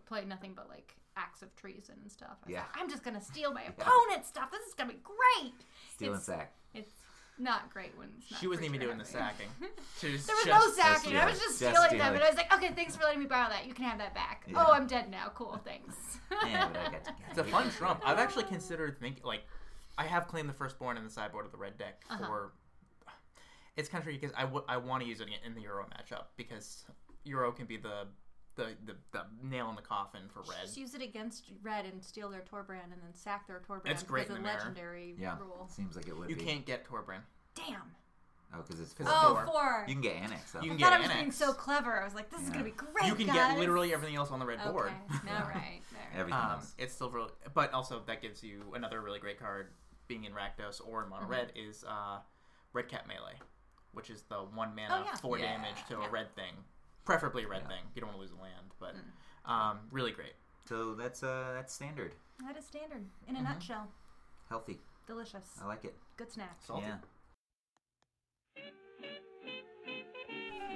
Speaker 4: play nothing but like acts of treason and stuff. I was
Speaker 2: Yeah.
Speaker 4: like, I'm just gonna steal my opponent's stuff. This is gonna be great.
Speaker 2: Stealing
Speaker 4: it's,
Speaker 2: sack.
Speaker 4: It's not great when it's not
Speaker 3: She wasn't
Speaker 4: creature
Speaker 3: even doing the
Speaker 4: heavy.
Speaker 3: sacking. She was
Speaker 4: There was
Speaker 3: just-
Speaker 4: no sacking. I
Speaker 2: stealing.
Speaker 4: was just,
Speaker 2: Just
Speaker 4: stealing, them,
Speaker 2: stealing.
Speaker 4: and I was like, okay, thanks for letting me borrow that. You can have that back.
Speaker 2: Yeah.
Speaker 4: Oh, I'm dead now. Cool, thanks.
Speaker 2: Yeah, but I got to
Speaker 3: It's a fun trump. I've actually considered thinking like I have claimed the firstborn in the sideboard of the red deck
Speaker 4: Uh-huh.
Speaker 3: for it's country because I, w- I want to use it in the Euro matchup because Euro can be the the, the, the nail in the coffin for red.
Speaker 4: Just use it against red and steal their Torbrand and then sack their Torbrand.
Speaker 3: It's great
Speaker 4: because
Speaker 3: in
Speaker 4: of
Speaker 3: the mirror.
Speaker 4: legendary
Speaker 2: Yeah.
Speaker 4: rule.
Speaker 2: Seems like it would
Speaker 3: You
Speaker 2: be.
Speaker 3: can't get Torbrand.
Speaker 4: Damn.
Speaker 2: Oh, because it's
Speaker 3: 'Cause it's
Speaker 4: Oh,
Speaker 3: four.
Speaker 4: four.
Speaker 2: You can get annex though.
Speaker 3: You
Speaker 4: I
Speaker 3: can
Speaker 4: thought
Speaker 3: get
Speaker 4: I was being
Speaker 3: annex.
Speaker 4: so clever. I was like, this is
Speaker 2: Yeah.
Speaker 4: gonna be great.
Speaker 3: you can
Speaker 4: guys.
Speaker 3: get literally everything else on the red
Speaker 4: Okay.
Speaker 3: board.
Speaker 4: All right. There.
Speaker 2: Everything
Speaker 3: Um,
Speaker 2: else.
Speaker 3: it's still really, but also that gives you another really great card. Being in Rakdos or in Mono
Speaker 4: Mm-hmm.
Speaker 3: Red is uh, Red Cap Melee, which is the one mana
Speaker 4: Oh, yeah.
Speaker 3: four
Speaker 2: Yeah.
Speaker 3: damage to
Speaker 4: Yeah.
Speaker 3: a red thing, preferably a red
Speaker 2: Yeah.
Speaker 3: thing. You don't want to lose a land, but
Speaker 4: Mm.
Speaker 3: um, really great.
Speaker 2: So that's uh that's standard.
Speaker 4: That is standard. In a
Speaker 3: Mhm.
Speaker 4: nutshell,
Speaker 2: Healthy.
Speaker 4: delicious.
Speaker 3: Oh.
Speaker 2: I like it.
Speaker 4: Good snack.
Speaker 3: Salty.
Speaker 2: Yeah.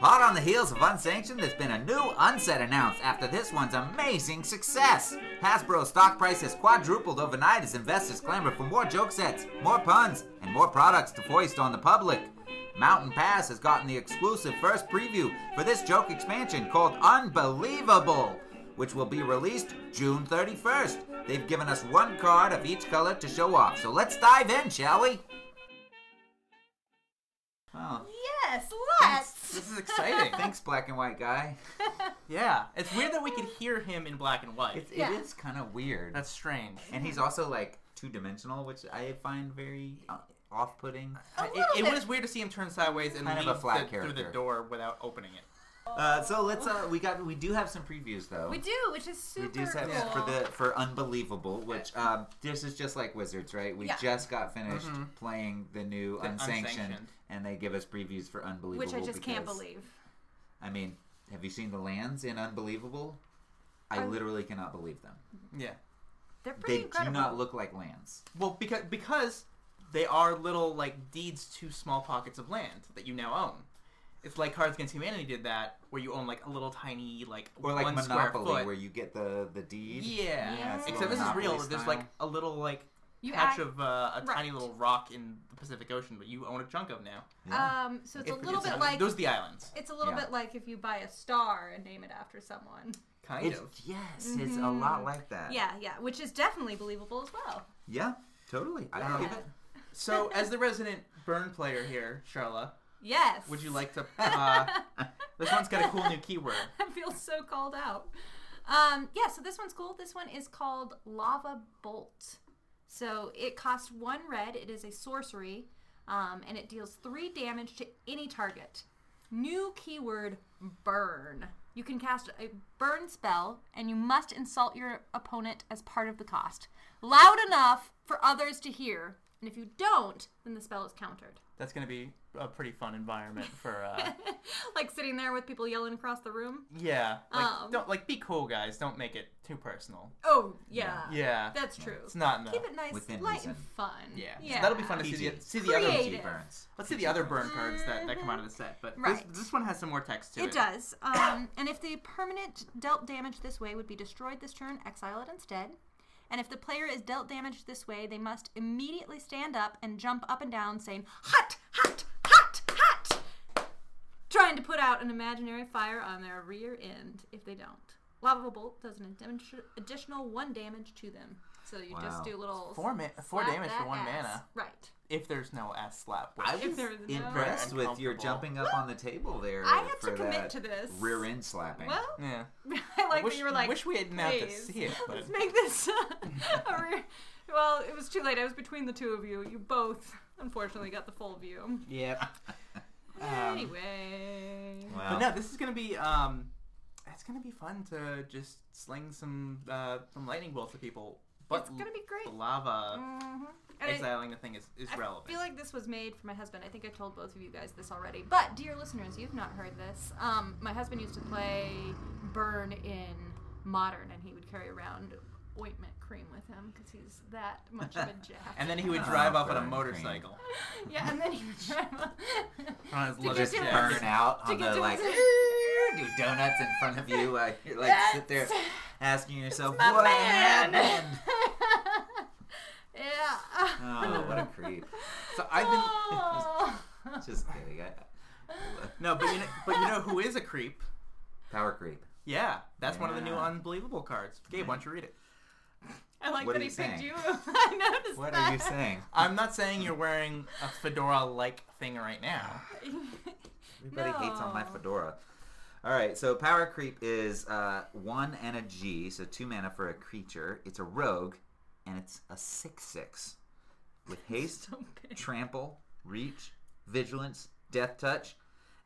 Speaker 2: Hot on the heels of Unsanctioned, there's been a new unset announced after this one's amazing success. Hasbro's stock price has quadrupled overnight as investors clamor for more joke sets, more puns, and more products to foist on the public. Mountain Pass has gotten the exclusive first preview for this joke expansion called Unbelievable, which will be released June 31st. They've given us one card of each color to show off, so let's dive in, shall we? Oh,
Speaker 4: Yes,
Speaker 3: This
Speaker 4: let's.
Speaker 3: is exciting.
Speaker 2: thanks, black and white guy.
Speaker 3: yeah, it's weird that we could hear him in black and white.
Speaker 2: It's,
Speaker 4: Yeah.
Speaker 2: It is kind of weird.
Speaker 3: That's strange.
Speaker 2: and he's also like two dimensional, which I find very uh, off putting.
Speaker 4: A
Speaker 3: It,
Speaker 4: little
Speaker 3: it
Speaker 4: bit.
Speaker 3: was weird to see him turn sideways and
Speaker 2: Kind of
Speaker 3: leave
Speaker 2: a flat
Speaker 3: the- through the
Speaker 2: character.
Speaker 3: door without opening it.
Speaker 2: Uh, so let's. Uh, we got. We do have some previews though.
Speaker 4: Oh. We do, which is super
Speaker 2: We do set
Speaker 4: cool.
Speaker 2: for the for unbelievable, which um, this is just like Wizards, right? We
Speaker 4: Yeah.
Speaker 2: just got finished
Speaker 3: Mhm.
Speaker 2: playing the new
Speaker 3: The
Speaker 2: unsanctioned,
Speaker 3: Unsanctioned.
Speaker 2: and they give us previews for unbelievable.
Speaker 4: which I just can't
Speaker 2: because-
Speaker 4: believe.
Speaker 2: I mean, have you seen the lands in unbelievable? I
Speaker 4: I'm-
Speaker 2: literally cannot believe them.
Speaker 3: Yeah.
Speaker 4: They're pretty
Speaker 2: they
Speaker 4: incredible.
Speaker 2: do not look like lands.
Speaker 3: Well, because because they are little like deeds to small pockets of land that you now own. It's like Cards Against Humanity did that, where you own like a little tiny like
Speaker 2: Or like
Speaker 3: one square
Speaker 2: Monopoly,
Speaker 3: foot.
Speaker 2: where you get the the deed.
Speaker 3: yeah.
Speaker 4: Yeah.
Speaker 2: it's a little
Speaker 3: Except this is real.
Speaker 2: Monopoly
Speaker 3: There's
Speaker 2: style.
Speaker 3: like a little like
Speaker 4: You
Speaker 3: patch
Speaker 4: act-
Speaker 3: of uh, a tiny
Speaker 4: Right.
Speaker 3: little rock in the Pacific Ocean, but you own a chunk of now.
Speaker 2: Yeah.
Speaker 4: Um, so it's
Speaker 3: If-
Speaker 4: a little bit
Speaker 3: not-
Speaker 4: like
Speaker 3: those are the islands,
Speaker 4: it's a little
Speaker 2: Yeah.
Speaker 4: bit like if you buy a star and name it after someone.
Speaker 3: kind
Speaker 2: it's,
Speaker 3: of.
Speaker 2: yes, it's a lot like that.
Speaker 4: Mm-hmm. Yeah, yeah, which is definitely believable as well.
Speaker 2: Yeah, totally. I
Speaker 3: Yeah.
Speaker 2: believe it.
Speaker 3: So, as the resident burn player here, Charla,
Speaker 4: Yes.
Speaker 3: would you like to? Uh, this one's got a cool new keyword.
Speaker 4: I feel so called out. Um, yeah, so this one's cool. This one is called Lava Bolt. So it costs one red. It is a sorcery, um, and it deals three damage to any target. New keyword burn. You can cast a burn spell, and you must insult your opponent as part of the cost. Loud enough for others to hear, and if you don't, then the spell is countered.
Speaker 3: That's going to be a pretty fun environment for uh,
Speaker 4: like sitting there with people yelling across the room.
Speaker 3: Yeah, like
Speaker 4: Um,
Speaker 3: don't like be cool, guys. Don't make it too personal.
Speaker 4: Oh, yeah.
Speaker 3: Yeah,
Speaker 4: That's true.
Speaker 3: it's not in the.
Speaker 4: Keep it nice,
Speaker 2: Within
Speaker 4: light,
Speaker 2: reason.
Speaker 4: and fun.
Speaker 3: Oh, yeah. so that'll be fun to see the,
Speaker 2: PG.
Speaker 3: see the other.
Speaker 4: Creative.
Speaker 2: PG burns.
Speaker 3: Let's see the other burn cards that, that come out of the set, but
Speaker 4: Right.
Speaker 3: this, this one has some more text to it.
Speaker 4: It does. Um, and if the permanent dealt damage this way would be destroyed this turn, exile it instead. And if the player is dealt damage this way, they must immediately stand up and jump up and down, saying "hot, hot, hot, hot," trying to put out an imaginary fire on their rear end. If they don't, lava bolt does an addi- additional one damage to them. So you
Speaker 2: Wow.
Speaker 4: just do a little
Speaker 3: Four ma- four
Speaker 4: slap
Speaker 3: damage for
Speaker 4: that
Speaker 3: one
Speaker 4: ass.
Speaker 3: mana.
Speaker 4: Right.
Speaker 3: If there's no S slap,
Speaker 2: I
Speaker 3: which-
Speaker 4: If
Speaker 2: was
Speaker 4: there is no-
Speaker 2: impressed
Speaker 3: Very
Speaker 2: with your
Speaker 3: uncomfortable.
Speaker 2: jumping up on the table there.
Speaker 4: I had
Speaker 2: for
Speaker 4: to commit
Speaker 2: that
Speaker 4: to this.
Speaker 2: rear end slapping.
Speaker 4: Well,
Speaker 3: yeah.
Speaker 4: I like
Speaker 3: wish,
Speaker 4: that you were like.
Speaker 3: wish we hadn't had to
Speaker 4: "Please,
Speaker 3: see it, but
Speaker 4: Let's make this. a re- well, it was too late. I was between the two of you. You both, unfortunately, got the full view.
Speaker 3: yeah.
Speaker 4: anyway.
Speaker 2: Wow.
Speaker 3: Um, But no, this is gonna be um, it's gonna be fun to just sling some uh some lightning bolts at people. But
Speaker 4: It's gonna be great.
Speaker 3: the lava
Speaker 4: Mhm. And I-
Speaker 3: exiling the thing is is
Speaker 4: I
Speaker 3: relevant.
Speaker 4: feel like this was made for my husband. I think I told both of you guys this already. But, dear listeners, you've not heard this. Um, my husband used to play Burn in Modern, and he would carry around ointment cream with him because he's that much of a jack.
Speaker 3: And then he would
Speaker 2: Oh,
Speaker 3: drive off on a
Speaker 2: burn
Speaker 3: motorcycle
Speaker 4: yeah, and then he would drive up.
Speaker 3: on his leather
Speaker 4: To get to
Speaker 2: Just
Speaker 4: his-
Speaker 3: jacket.
Speaker 2: burn out
Speaker 4: to
Speaker 2: on
Speaker 4: get
Speaker 2: the
Speaker 4: to
Speaker 2: like
Speaker 4: his-
Speaker 2: do donuts in front of you while you're like sit there
Speaker 4: That's-
Speaker 2: asking yourself
Speaker 4: my
Speaker 2: what
Speaker 4: man."
Speaker 2: happened.
Speaker 4: yeah.
Speaker 2: Oh, what a creep!
Speaker 3: So I've been
Speaker 4: Oh.
Speaker 2: Just kidding. I,
Speaker 3: no, but you know, but you know who is a creep?
Speaker 2: power creep.
Speaker 3: Yeah, that's one of the new
Speaker 2: Yeah.
Speaker 3: unbelievable cards. Gabe, why don't you read it?
Speaker 4: I like
Speaker 2: What
Speaker 4: that
Speaker 2: are
Speaker 4: he
Speaker 2: you
Speaker 4: picked
Speaker 2: saying?
Speaker 4: you. I noticed
Speaker 2: What
Speaker 4: that.
Speaker 2: are you saying?
Speaker 3: I'm not saying you're wearing a fedora-like thing right now.
Speaker 2: Everybody hates on my
Speaker 4: No.
Speaker 2: fedora. All right, so power creep is uh, one and a G, so two mana for a creature. It's a rogue, and it's a six-six with haste,
Speaker 4: So big.
Speaker 2: trample, reach, vigilance, death touch,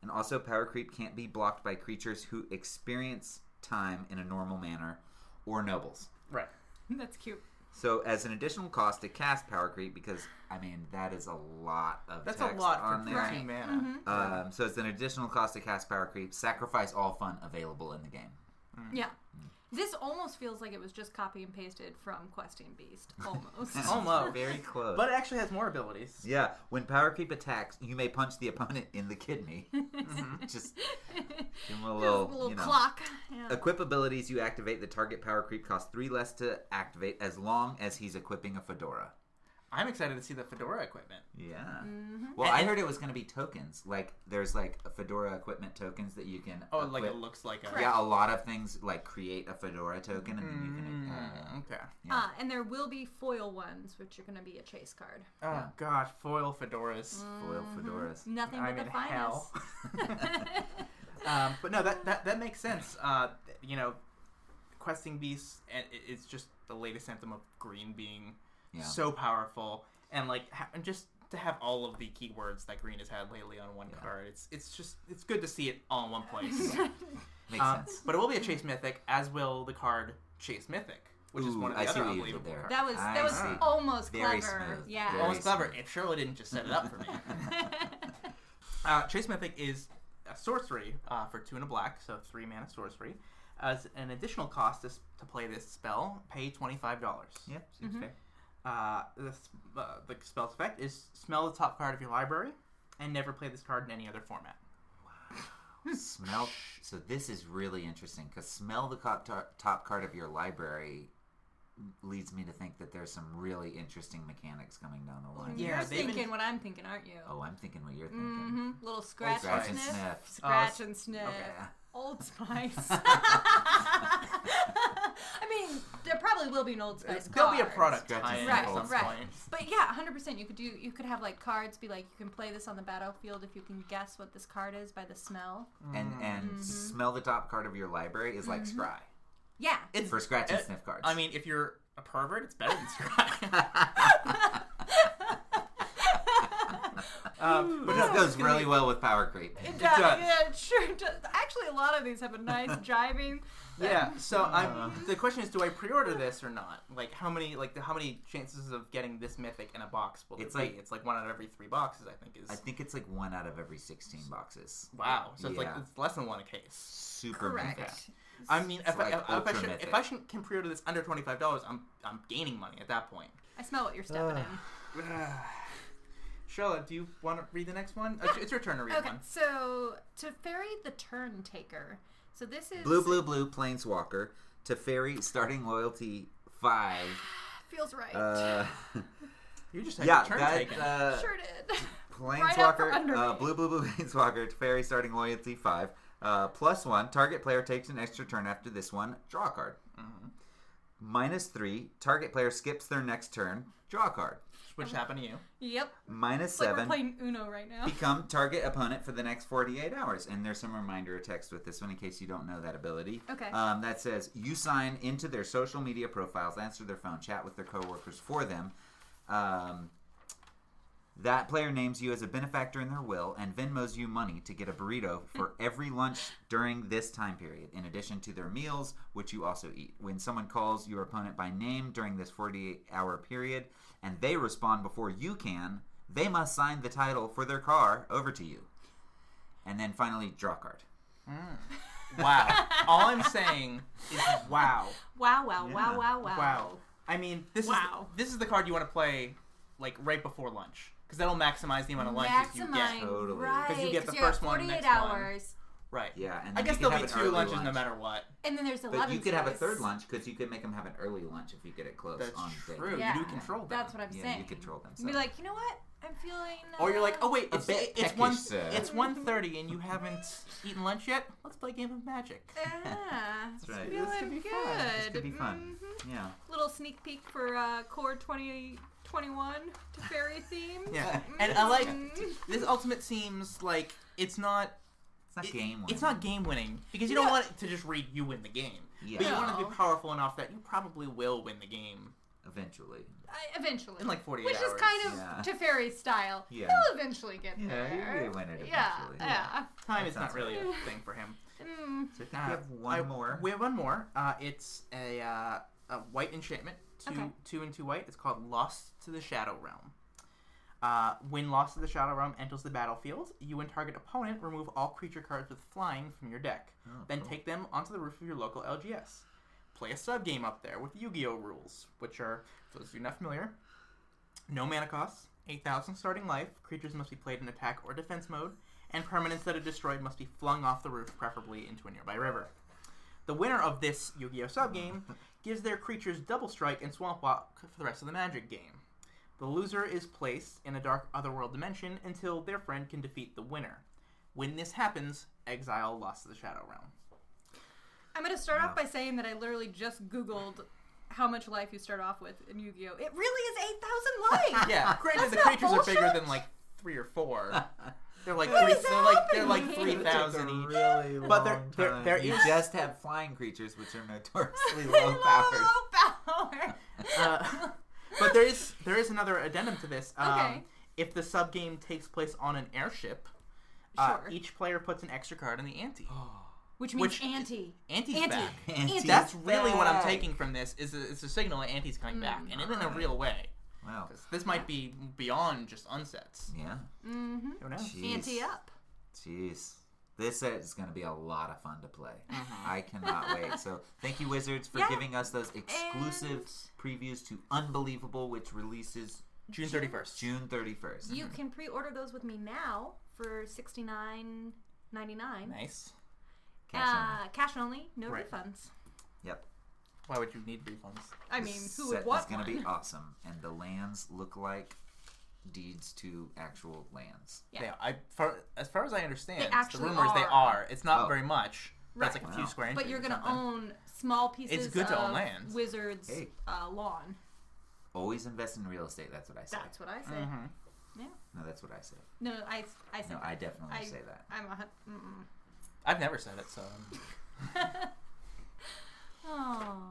Speaker 2: and also power creep can't be blocked by creatures who experience time in a normal manner or nobles.
Speaker 3: Right.
Speaker 4: That's cute.
Speaker 2: So as an additional cost to cast power creep, because I mean that is a lot of
Speaker 3: That's a
Speaker 2: text
Speaker 3: lot
Speaker 2: on
Speaker 3: for
Speaker 2: there.
Speaker 3: two
Speaker 4: Right.
Speaker 3: mana.
Speaker 2: Um, so it's an additional cost to cast Power Creep. Sacrifice all fun available in the game. Hmm.
Speaker 4: Yeah. This almost feels like it was just copy and pasted from Questing Beast. Almost.
Speaker 3: Almost.
Speaker 2: Very close.
Speaker 3: But it actually has more abilities.
Speaker 2: yeah, when Power Creep attacks, you may punch the opponent in the kidney. Mm-hmm. Just give him a little,
Speaker 4: Just a little
Speaker 2: you know.
Speaker 4: clock. Yeah.
Speaker 2: Equip abilities you activate. The target Power Creep costs three less to activate as long as he's equipping a fedora.
Speaker 3: I'm excited to see the fedora equipment.
Speaker 2: Yeah. Well, I
Speaker 3: And-
Speaker 2: heard it was going to be tokens. Like there's like fedora equipment tokens that you can.
Speaker 3: Oh, like it
Speaker 2: equip.
Speaker 3: looks like a.
Speaker 2: yeah, a lot of things like create a fedora token and then you can. Uh,
Speaker 3: Mm, okay.
Speaker 4: Ah, and there will be foil ones, which are going to be a chase card.
Speaker 3: Oh gosh, foil fedoras.
Speaker 2: Foil
Speaker 3: Mm-hmm.
Speaker 2: fedoras.
Speaker 4: Mm, Nothing
Speaker 3: I
Speaker 4: but
Speaker 3: mean,
Speaker 4: the
Speaker 3: hell.
Speaker 4: finest.
Speaker 3: um, but no, that, that that makes sense. Uh, th- you know, questing beasts. And it- it's just the latest anthem of green being
Speaker 2: Yeah.
Speaker 3: so powerful, and like ha- and just to have all of the keywords that green has had lately on one
Speaker 2: Yeah.
Speaker 3: card. It's it's just it's good to see it all in one place.
Speaker 2: Makes
Speaker 3: Um,
Speaker 2: sense.
Speaker 3: But it will be a chase mythic, as will the card chase mythic, which is
Speaker 2: Ooh,
Speaker 3: one of the
Speaker 2: I see
Speaker 3: other
Speaker 2: what you did
Speaker 3: unbelievable
Speaker 2: there.
Speaker 3: cards.
Speaker 4: that was
Speaker 2: I
Speaker 4: that was
Speaker 2: see.
Speaker 4: almost
Speaker 2: Very
Speaker 4: clever.
Speaker 2: smooth.
Speaker 4: Yeah.
Speaker 2: Very-
Speaker 3: Almost clever.
Speaker 2: smooth.
Speaker 3: It surely didn't just set it up for me. uh, Chase Mythic is a sorcery uh, for two and a black, so three mana sorcery. As an additional cost to, s- to play this spell, pay twenty five dollars.
Speaker 2: Yeah, seems
Speaker 3: Mm-hmm.
Speaker 2: fair.
Speaker 3: Uh, the, s- uh, the spell's effect is smell the top card of your library, and never play this card in any other format.
Speaker 2: Smell. So this is really interesting because smell the cop tar- top card of your library leads me to think that there's some really interesting mechanics coming down the line.
Speaker 3: Yeah, Mm-hmm.
Speaker 4: You're
Speaker 3: they've been-
Speaker 4: thinking what I'm thinking, aren't you?
Speaker 2: Oh, I'm thinking what you're thinking.
Speaker 4: hmm Little scratch
Speaker 2: Scratch and
Speaker 4: and sniff.
Speaker 2: sniff.
Speaker 4: Scratch
Speaker 3: Oh,
Speaker 4: and sniff.
Speaker 2: Okay.
Speaker 4: Old Spice. I mean, there probably will be an Old Spice.
Speaker 3: There'll be a
Speaker 4: card.
Speaker 3: product
Speaker 2: Scratch
Speaker 3: tie-in
Speaker 2: and
Speaker 3: at
Speaker 4: sniff
Speaker 3: some
Speaker 4: Right, right.
Speaker 3: point.
Speaker 4: But yeah, hundred percent. You could do. You could have like cards. Be like, you can play this on the battlefield if you can guess what this card is by the smell.
Speaker 2: And
Speaker 3: Mm-hmm.
Speaker 2: and smell the top card of your library is like scry
Speaker 4: Yeah.
Speaker 3: It's
Speaker 2: for scratch and
Speaker 3: Mm-hmm. Uh,
Speaker 2: sniff cards.
Speaker 3: I mean, if you're a pervert, it's better than Scry. um,
Speaker 2: but
Speaker 3: but
Speaker 2: this
Speaker 3: no,
Speaker 2: goes really well with power creep.
Speaker 4: It
Speaker 3: does.
Speaker 4: Yeah, it sure does. Actually, a lot of these have a nice driving.
Speaker 3: yeah. So I'm, the question is, do I pre-order this or not? Like, how many, like, the, how many chances of getting this mythic in a box will
Speaker 2: It's
Speaker 3: there
Speaker 2: like-
Speaker 3: be? It's like one out of every three boxes, I think. Is
Speaker 2: I think it's like one out of every sixteen boxes.
Speaker 3: wow. So it's like
Speaker 2: Yeah.
Speaker 3: it's less than one a case.
Speaker 2: Super mythic.
Speaker 4: Correct.
Speaker 3: I mean, if,
Speaker 2: like
Speaker 3: I, if, I
Speaker 2: ultra
Speaker 3: should,
Speaker 2: mythic.
Speaker 3: if I should can pre-order this under twenty five dollars, I'm I'm gaining money at that point.
Speaker 4: I smell what you're stepping in.
Speaker 3: Charlotte, do you want to read the next one? Uh, it's your turn to read
Speaker 4: Okay,
Speaker 3: one.
Speaker 4: so to ferry the turn taker. So this is
Speaker 2: Blue, blue, blue. Planeswalker. Teferi starting loyalty five.
Speaker 4: feels right.
Speaker 2: Uh,
Speaker 3: You just had
Speaker 2: yeah,
Speaker 3: your turn
Speaker 2: that
Speaker 3: taken.
Speaker 2: uh,
Speaker 4: sure did. Right out
Speaker 2: Planeswalker,
Speaker 4: from under
Speaker 2: uh,
Speaker 4: me.
Speaker 2: blue, blue, blue Planeswalker, Teferi starting loyalty 5, uh, plus 1, target player takes an extra turn after this one, draw a card.
Speaker 4: Mm-hmm.
Speaker 2: Minus 3, target player skips their next turn, draw a card.
Speaker 3: Which happened to you?
Speaker 4: yep.
Speaker 2: Minus
Speaker 4: It's like
Speaker 2: 7,
Speaker 4: we're playing Uno right now.
Speaker 2: become target opponent for the next 48 hours. And there's some reminder or text with this one in case you don't know that ability.
Speaker 4: Okay.
Speaker 2: Um, that says you sign into their social media profiles, answer their phone, chat with their coworkers for them. Um, that player names you as a benefactor in their will and Venmos you money to get a burrito for every lunch during this time period, in addition to their meals, which you also eat. When someone calls your opponent by name during this 48 hour period and they respond before you can, they must sign the title for their car over to you. And then finally, draw a card.
Speaker 3: Wow. All I'm saying is wow.
Speaker 4: Wow, wow,
Speaker 2: Yeah.
Speaker 4: wow, wow, wow.
Speaker 3: Wow. I mean, this
Speaker 4: Wow.
Speaker 3: is this is the card you want to play like right before lunch because that'll maximize the amount of lunches you get.
Speaker 4: Maximize,
Speaker 2: Totally.
Speaker 4: right?
Speaker 3: 'Cause you get the
Speaker 4: you're at
Speaker 3: first one,
Speaker 4: 48
Speaker 3: next one.
Speaker 4: hours,
Speaker 3: Right.
Speaker 2: Yeah, and
Speaker 3: I
Speaker 2: then you
Speaker 3: guess
Speaker 2: could
Speaker 3: there'll be
Speaker 2: have an
Speaker 3: two
Speaker 2: early
Speaker 3: lunches no
Speaker 2: lunch.
Speaker 3: matter what.
Speaker 4: and then there's eleven.
Speaker 2: But you could have a
Speaker 4: choice.
Speaker 2: third lunch because you could make them have an early lunch if you get it close
Speaker 3: That's
Speaker 2: on the day.
Speaker 3: true.
Speaker 4: Yeah.
Speaker 3: You do control that.
Speaker 4: That's what I'm
Speaker 2: Yeah, you
Speaker 4: saying.
Speaker 2: control them,
Speaker 4: And Be
Speaker 2: so.
Speaker 4: like, you know what? I'm feeling. Uh,
Speaker 3: Or you're like, oh wait,
Speaker 2: A
Speaker 3: it's
Speaker 2: bit
Speaker 3: it's one
Speaker 2: peckish, uh,
Speaker 3: it's one thirty and you haven't eaten lunch yet. Let's play a game of Magic.
Speaker 4: Mm. Yeah, it's
Speaker 2: right.
Speaker 4: feeling
Speaker 2: This could be
Speaker 4: good.
Speaker 2: fun. This could be fun.
Speaker 4: Mhm.
Speaker 2: Yeah.
Speaker 4: Little sneak peek for uh, Core 2021 to fairy theme.
Speaker 3: Yeah, and I like
Speaker 4: Mhm.
Speaker 3: this. Ultimate seems like it's not
Speaker 2: It's not
Speaker 3: it-
Speaker 2: game
Speaker 3: It's not game winning because you don't
Speaker 4: No.
Speaker 3: want it to just read you win the game.
Speaker 2: Yeah.
Speaker 3: But you want it to
Speaker 4: No.
Speaker 3: be powerful enough that you probably will win the game
Speaker 2: eventually.
Speaker 4: I- eventually.
Speaker 3: in like 48
Speaker 4: Which
Speaker 3: hours.
Speaker 4: is kind of
Speaker 2: Yeah.
Speaker 4: Teferi style.
Speaker 2: Yeah.
Speaker 4: He'll eventually get
Speaker 2: Yeah, you
Speaker 4: there.
Speaker 2: really win it
Speaker 4: yeah,
Speaker 2: eventually.
Speaker 4: yeah.
Speaker 3: time
Speaker 2: That
Speaker 3: is not
Speaker 2: sounds
Speaker 3: really a
Speaker 4: right.
Speaker 3: thing for him.
Speaker 4: Mm.
Speaker 2: So I think
Speaker 3: Uh,
Speaker 2: we have one
Speaker 3: I-
Speaker 2: more.
Speaker 3: We have one more. Uh, it's a, uh, a white enchantment. Two,
Speaker 4: Okay.
Speaker 3: two and two white. It's called Lost to the Shadow Realm. Uh, when Lost to the Shadow Realm enters the battlefield, you and target opponent remove all creature cards with flying from your deck.
Speaker 2: Oh,
Speaker 3: then
Speaker 2: cool.
Speaker 3: take them onto the roof of your local LGS. Play a sub game up there with Yu-Gi-Oh rules, which are for those of you not familiar. No mana costs, 8,000 starting life, creatures must be played in attack or defense mode, and permanents that are destroyed must be flung off the roof, preferably into a nearby river. The winner of this Yu-Gi-Oh subgame gives their creatures double strike and swamp walk for the rest of the magic game. The loser is placed in a dark otherworld dimension until their friend can defeat the winner. When this happens, exile Lost to the Shadow Realm.
Speaker 4: I'm going to start off by saying that I literally just Googled how much life you start off with in Yu Gi Oh! It really is 8,000 life!
Speaker 3: Yeah, granted
Speaker 4: That's
Speaker 3: the
Speaker 4: not
Speaker 3: creatures are bigger
Speaker 4: bullshit.
Speaker 3: than like three or four. They're like
Speaker 4: What
Speaker 3: three,
Speaker 4: is
Speaker 3: they're like they're like
Speaker 4: happening?
Speaker 3: three thousand each.
Speaker 2: Really
Speaker 3: But there-
Speaker 2: long
Speaker 3: there-
Speaker 2: time.
Speaker 3: there
Speaker 2: you
Speaker 3: is-
Speaker 2: just have flying creatures, which are notoriously
Speaker 4: Low,
Speaker 2: low powered.
Speaker 4: low power.
Speaker 3: Uh, but there is there is another addendum to this. Um,
Speaker 4: Okay.
Speaker 3: If the sub game takes place on an airship, uh,
Speaker 4: Sure.
Speaker 3: each player puts an extra card in the ante.
Speaker 4: Which means
Speaker 3: Which-
Speaker 4: anti.
Speaker 3: Anti's
Speaker 4: Ante.
Speaker 3: back.
Speaker 2: Anti's
Speaker 3: That's really what I'm
Speaker 2: back.
Speaker 3: taking from this. Is a, it's a signal that Anti's coming back,
Speaker 4: Mm.
Speaker 3: and in a real way.
Speaker 2: Wow.
Speaker 3: 'Cause This might be beyond just unsets.
Speaker 2: Yeah.
Speaker 4: Mm-hmm.
Speaker 3: Who knows?
Speaker 2: Jeez.
Speaker 4: Anti up.
Speaker 2: Jeez. This is going to be a lot of fun to play. I cannot wait. So, thank you, Wizards, for
Speaker 4: Uh-huh. Yeah.
Speaker 2: giving us those exclusive previews to Unbelievable, which releases
Speaker 3: June thirty first.
Speaker 2: June 31st.
Speaker 4: You can pre order those with me now for sixty nine ninety nine.
Speaker 3: Nice.
Speaker 2: Cash
Speaker 4: uh,
Speaker 2: only.
Speaker 4: Cash only, no
Speaker 3: Right.
Speaker 4: refunds.
Speaker 2: Yep.
Speaker 3: Why would you need refunds?
Speaker 4: I
Speaker 2: This
Speaker 4: mean, who
Speaker 2: set
Speaker 4: would want
Speaker 2: is going to be
Speaker 4: one?
Speaker 2: awesome. And the lands look like deeds to actual lands.
Speaker 4: Yeah.
Speaker 3: They, I, far, as far as I understand, the
Speaker 4: actually
Speaker 3: rumor is they
Speaker 4: are.
Speaker 3: are. It's not
Speaker 2: Oh.
Speaker 3: very much. But it's
Speaker 4: Right.
Speaker 3: like a few
Speaker 2: Wow.
Speaker 3: square inches.
Speaker 4: But you're
Speaker 3: or
Speaker 4: going to
Speaker 3: something.
Speaker 4: own small pieces
Speaker 3: good to
Speaker 4: of
Speaker 3: own lands.
Speaker 4: Wizards
Speaker 2: Hey.
Speaker 4: uh, lawn.
Speaker 2: Always invest in real estate. That's what I say.
Speaker 4: That's what I say.
Speaker 3: Mhm.
Speaker 2: No, that's what I say.
Speaker 4: No, I, I say
Speaker 2: No, I definitely
Speaker 4: I-
Speaker 2: say that.
Speaker 4: I'm a. hun-
Speaker 3: I've never said it, so.
Speaker 4: Mm-mm. oh.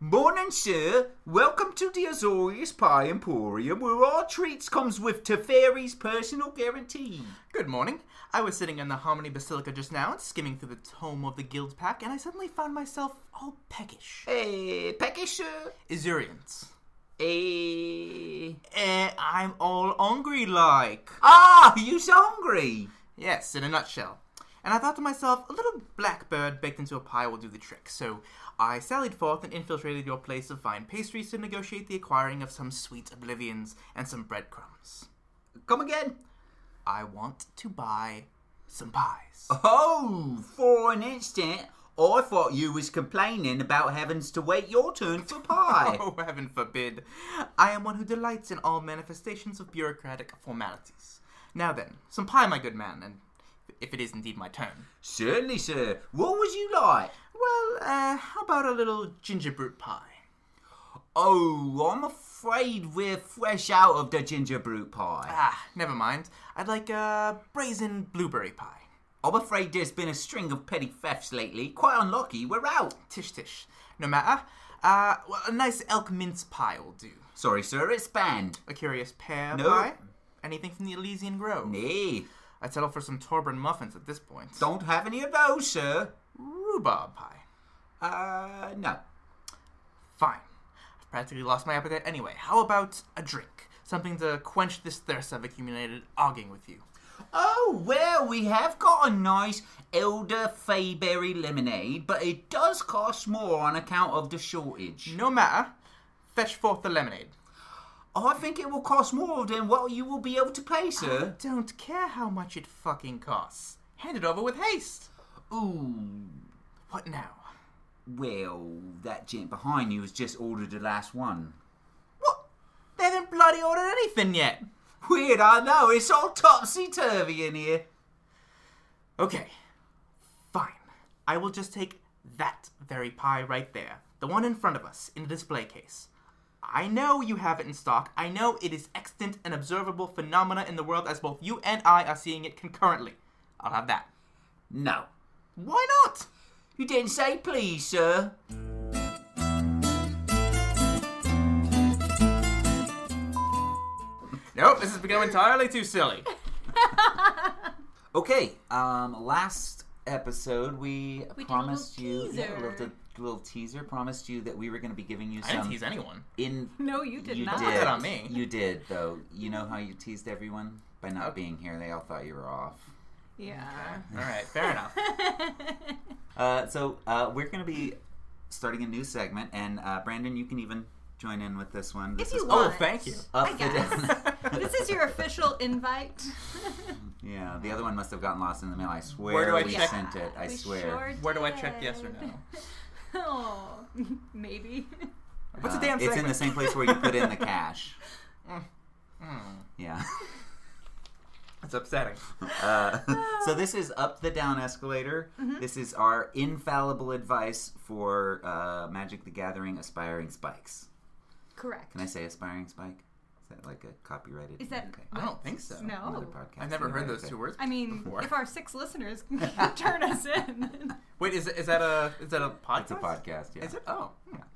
Speaker 2: Morning, sir. Welcome to the Azorius Pie Emporium, where all treats comes with Teferi's personal guarantee.
Speaker 3: Good morning. I was sitting in the Harmony Basilica just now and skimming through the tome of the Guild Pack, and I suddenly found myself all peckish.
Speaker 2: Eh, peckish, sir.
Speaker 3: Azurians.
Speaker 2: Eh.
Speaker 3: Eh, I'm all hungry like.
Speaker 2: Ah, you's hungry.
Speaker 3: Yes, in a nutshell. And I thought to myself, a little blackbird baked into a pie will do the trick. So I sallied forth and infiltrated your place of fine pastries to negotiate the acquiring of some sweet oblivions and some breadcrumbs.
Speaker 2: Come again.
Speaker 3: I want to buy some pies.
Speaker 2: Oh, for an instant, I thought you was complaining about having to wait your turn for pie.
Speaker 3: Oh, heaven forbid. I am one who delights in all manifestations of bureaucratic formalities. Now then, some pie, my good man, and if it is indeed my turn.
Speaker 2: Certainly, sir. What was you like?
Speaker 3: Well, uh, how about a little gingerbread pie?
Speaker 2: Oh, I'm afraid we're fresh out of the gingerbread pie.
Speaker 3: Ah, never mind. I'd like a brazen blueberry pie.
Speaker 2: I'm afraid there's been a string of petty thefts lately. Quite unlucky, we're out.
Speaker 3: Tish tish. No matter. Uh, well, a nice elk mince pie will do.
Speaker 2: Sorry, sir, it's banned.
Speaker 3: A curious pear
Speaker 2: No.
Speaker 3: pie? Anything from the Elysian Grove?
Speaker 2: Nay,
Speaker 3: I'd settle for some Torburn muffins at this point.
Speaker 2: don't have any of those, sir.
Speaker 3: Rhubarb pie.
Speaker 2: Uh, no.
Speaker 3: Fine. I've practically lost my appetite anyway. How about a drink? Something to quench this thirst I've accumulated arguing with you.
Speaker 2: Oh, well, we have got a nice Elder Fayberry lemonade, but it does cost more on account of the shortage.
Speaker 3: No matter. Fetch forth the lemonade.
Speaker 2: I think it will cost more than what you will be able to pay, sir.
Speaker 3: Don't care how much it fucking costs. Hand it over with haste.
Speaker 2: Ooh,
Speaker 3: What now?
Speaker 2: well, that gent behind you has just ordered the last one.
Speaker 3: What? They haven't bloody ordered anything yet.
Speaker 2: Weird, I know, it's all topsy turvy in here.
Speaker 3: Okay. Fine. I will just take that very pie right there. The one in front of us, in the display case. I know you have it in stock. I know it is extant and observable phenomena in the world as both you and I are seeing it concurrently. I'll have that.
Speaker 2: No.
Speaker 3: Why not?
Speaker 2: You didn't say please, sir.
Speaker 3: Nope, this has become entirely too silly.
Speaker 2: Okay, um, last episode we,
Speaker 4: We did a
Speaker 2: promised
Speaker 4: little
Speaker 2: you yeah, a
Speaker 4: teaser.
Speaker 2: little, little teaser. Promised you that we were going to be giving you
Speaker 3: I
Speaker 2: some
Speaker 3: didn't tease anyone.
Speaker 2: in.
Speaker 4: No, you did
Speaker 2: you
Speaker 4: not.
Speaker 2: did
Speaker 3: that on me.
Speaker 2: You did though. You know how you teased everyone by not being here. They all thought you were off.
Speaker 4: Yeah.
Speaker 3: Alright, fair enough.
Speaker 2: Uh, so uh, we're going to be starting a new segment, and uh, Brandon, you can even join in with this one. This
Speaker 4: if you
Speaker 2: is
Speaker 3: Oh,
Speaker 4: want.
Speaker 3: thank you.
Speaker 2: up
Speaker 4: I
Speaker 2: the
Speaker 4: guess.
Speaker 2: down.
Speaker 4: this is your official invite.
Speaker 2: yeah, the other one must have gotten lost in the mail. I swear
Speaker 3: do I
Speaker 2: we
Speaker 3: check-
Speaker 2: sent it. I
Speaker 4: We
Speaker 2: swear.
Speaker 4: sure
Speaker 3: Where do I
Speaker 4: did.
Speaker 3: check yes or no?
Speaker 4: oh, maybe.
Speaker 3: What's
Speaker 2: Uh,
Speaker 3: a damn
Speaker 2: It's in the
Speaker 3: segment?
Speaker 2: same place where you put in the cash.
Speaker 3: Mm,
Speaker 2: Yeah.
Speaker 3: it's upsetting.
Speaker 2: Uh,
Speaker 3: Ah.
Speaker 2: so this is up the down escalator.
Speaker 3: Mm-hmm.
Speaker 2: This is our infallible advice for uh, Magic the Gathering aspiring spikes.
Speaker 4: Correct.
Speaker 2: Can I say aspiring spike? Is that like a copyrighted?
Speaker 4: Is that- Oh,
Speaker 2: Okay.
Speaker 3: I don't think so.
Speaker 2: Another
Speaker 4: no?
Speaker 2: podcast.
Speaker 3: I've never heard
Speaker 2: Anyway,
Speaker 3: those
Speaker 2: okay.
Speaker 3: two words.
Speaker 4: I mean,
Speaker 3: Before.
Speaker 4: if our six listeners can turn us in,
Speaker 3: Wait, is, is that a is that a podcast?
Speaker 2: It's a podcast. Yeah.
Speaker 3: Is it? Oh. Hmm.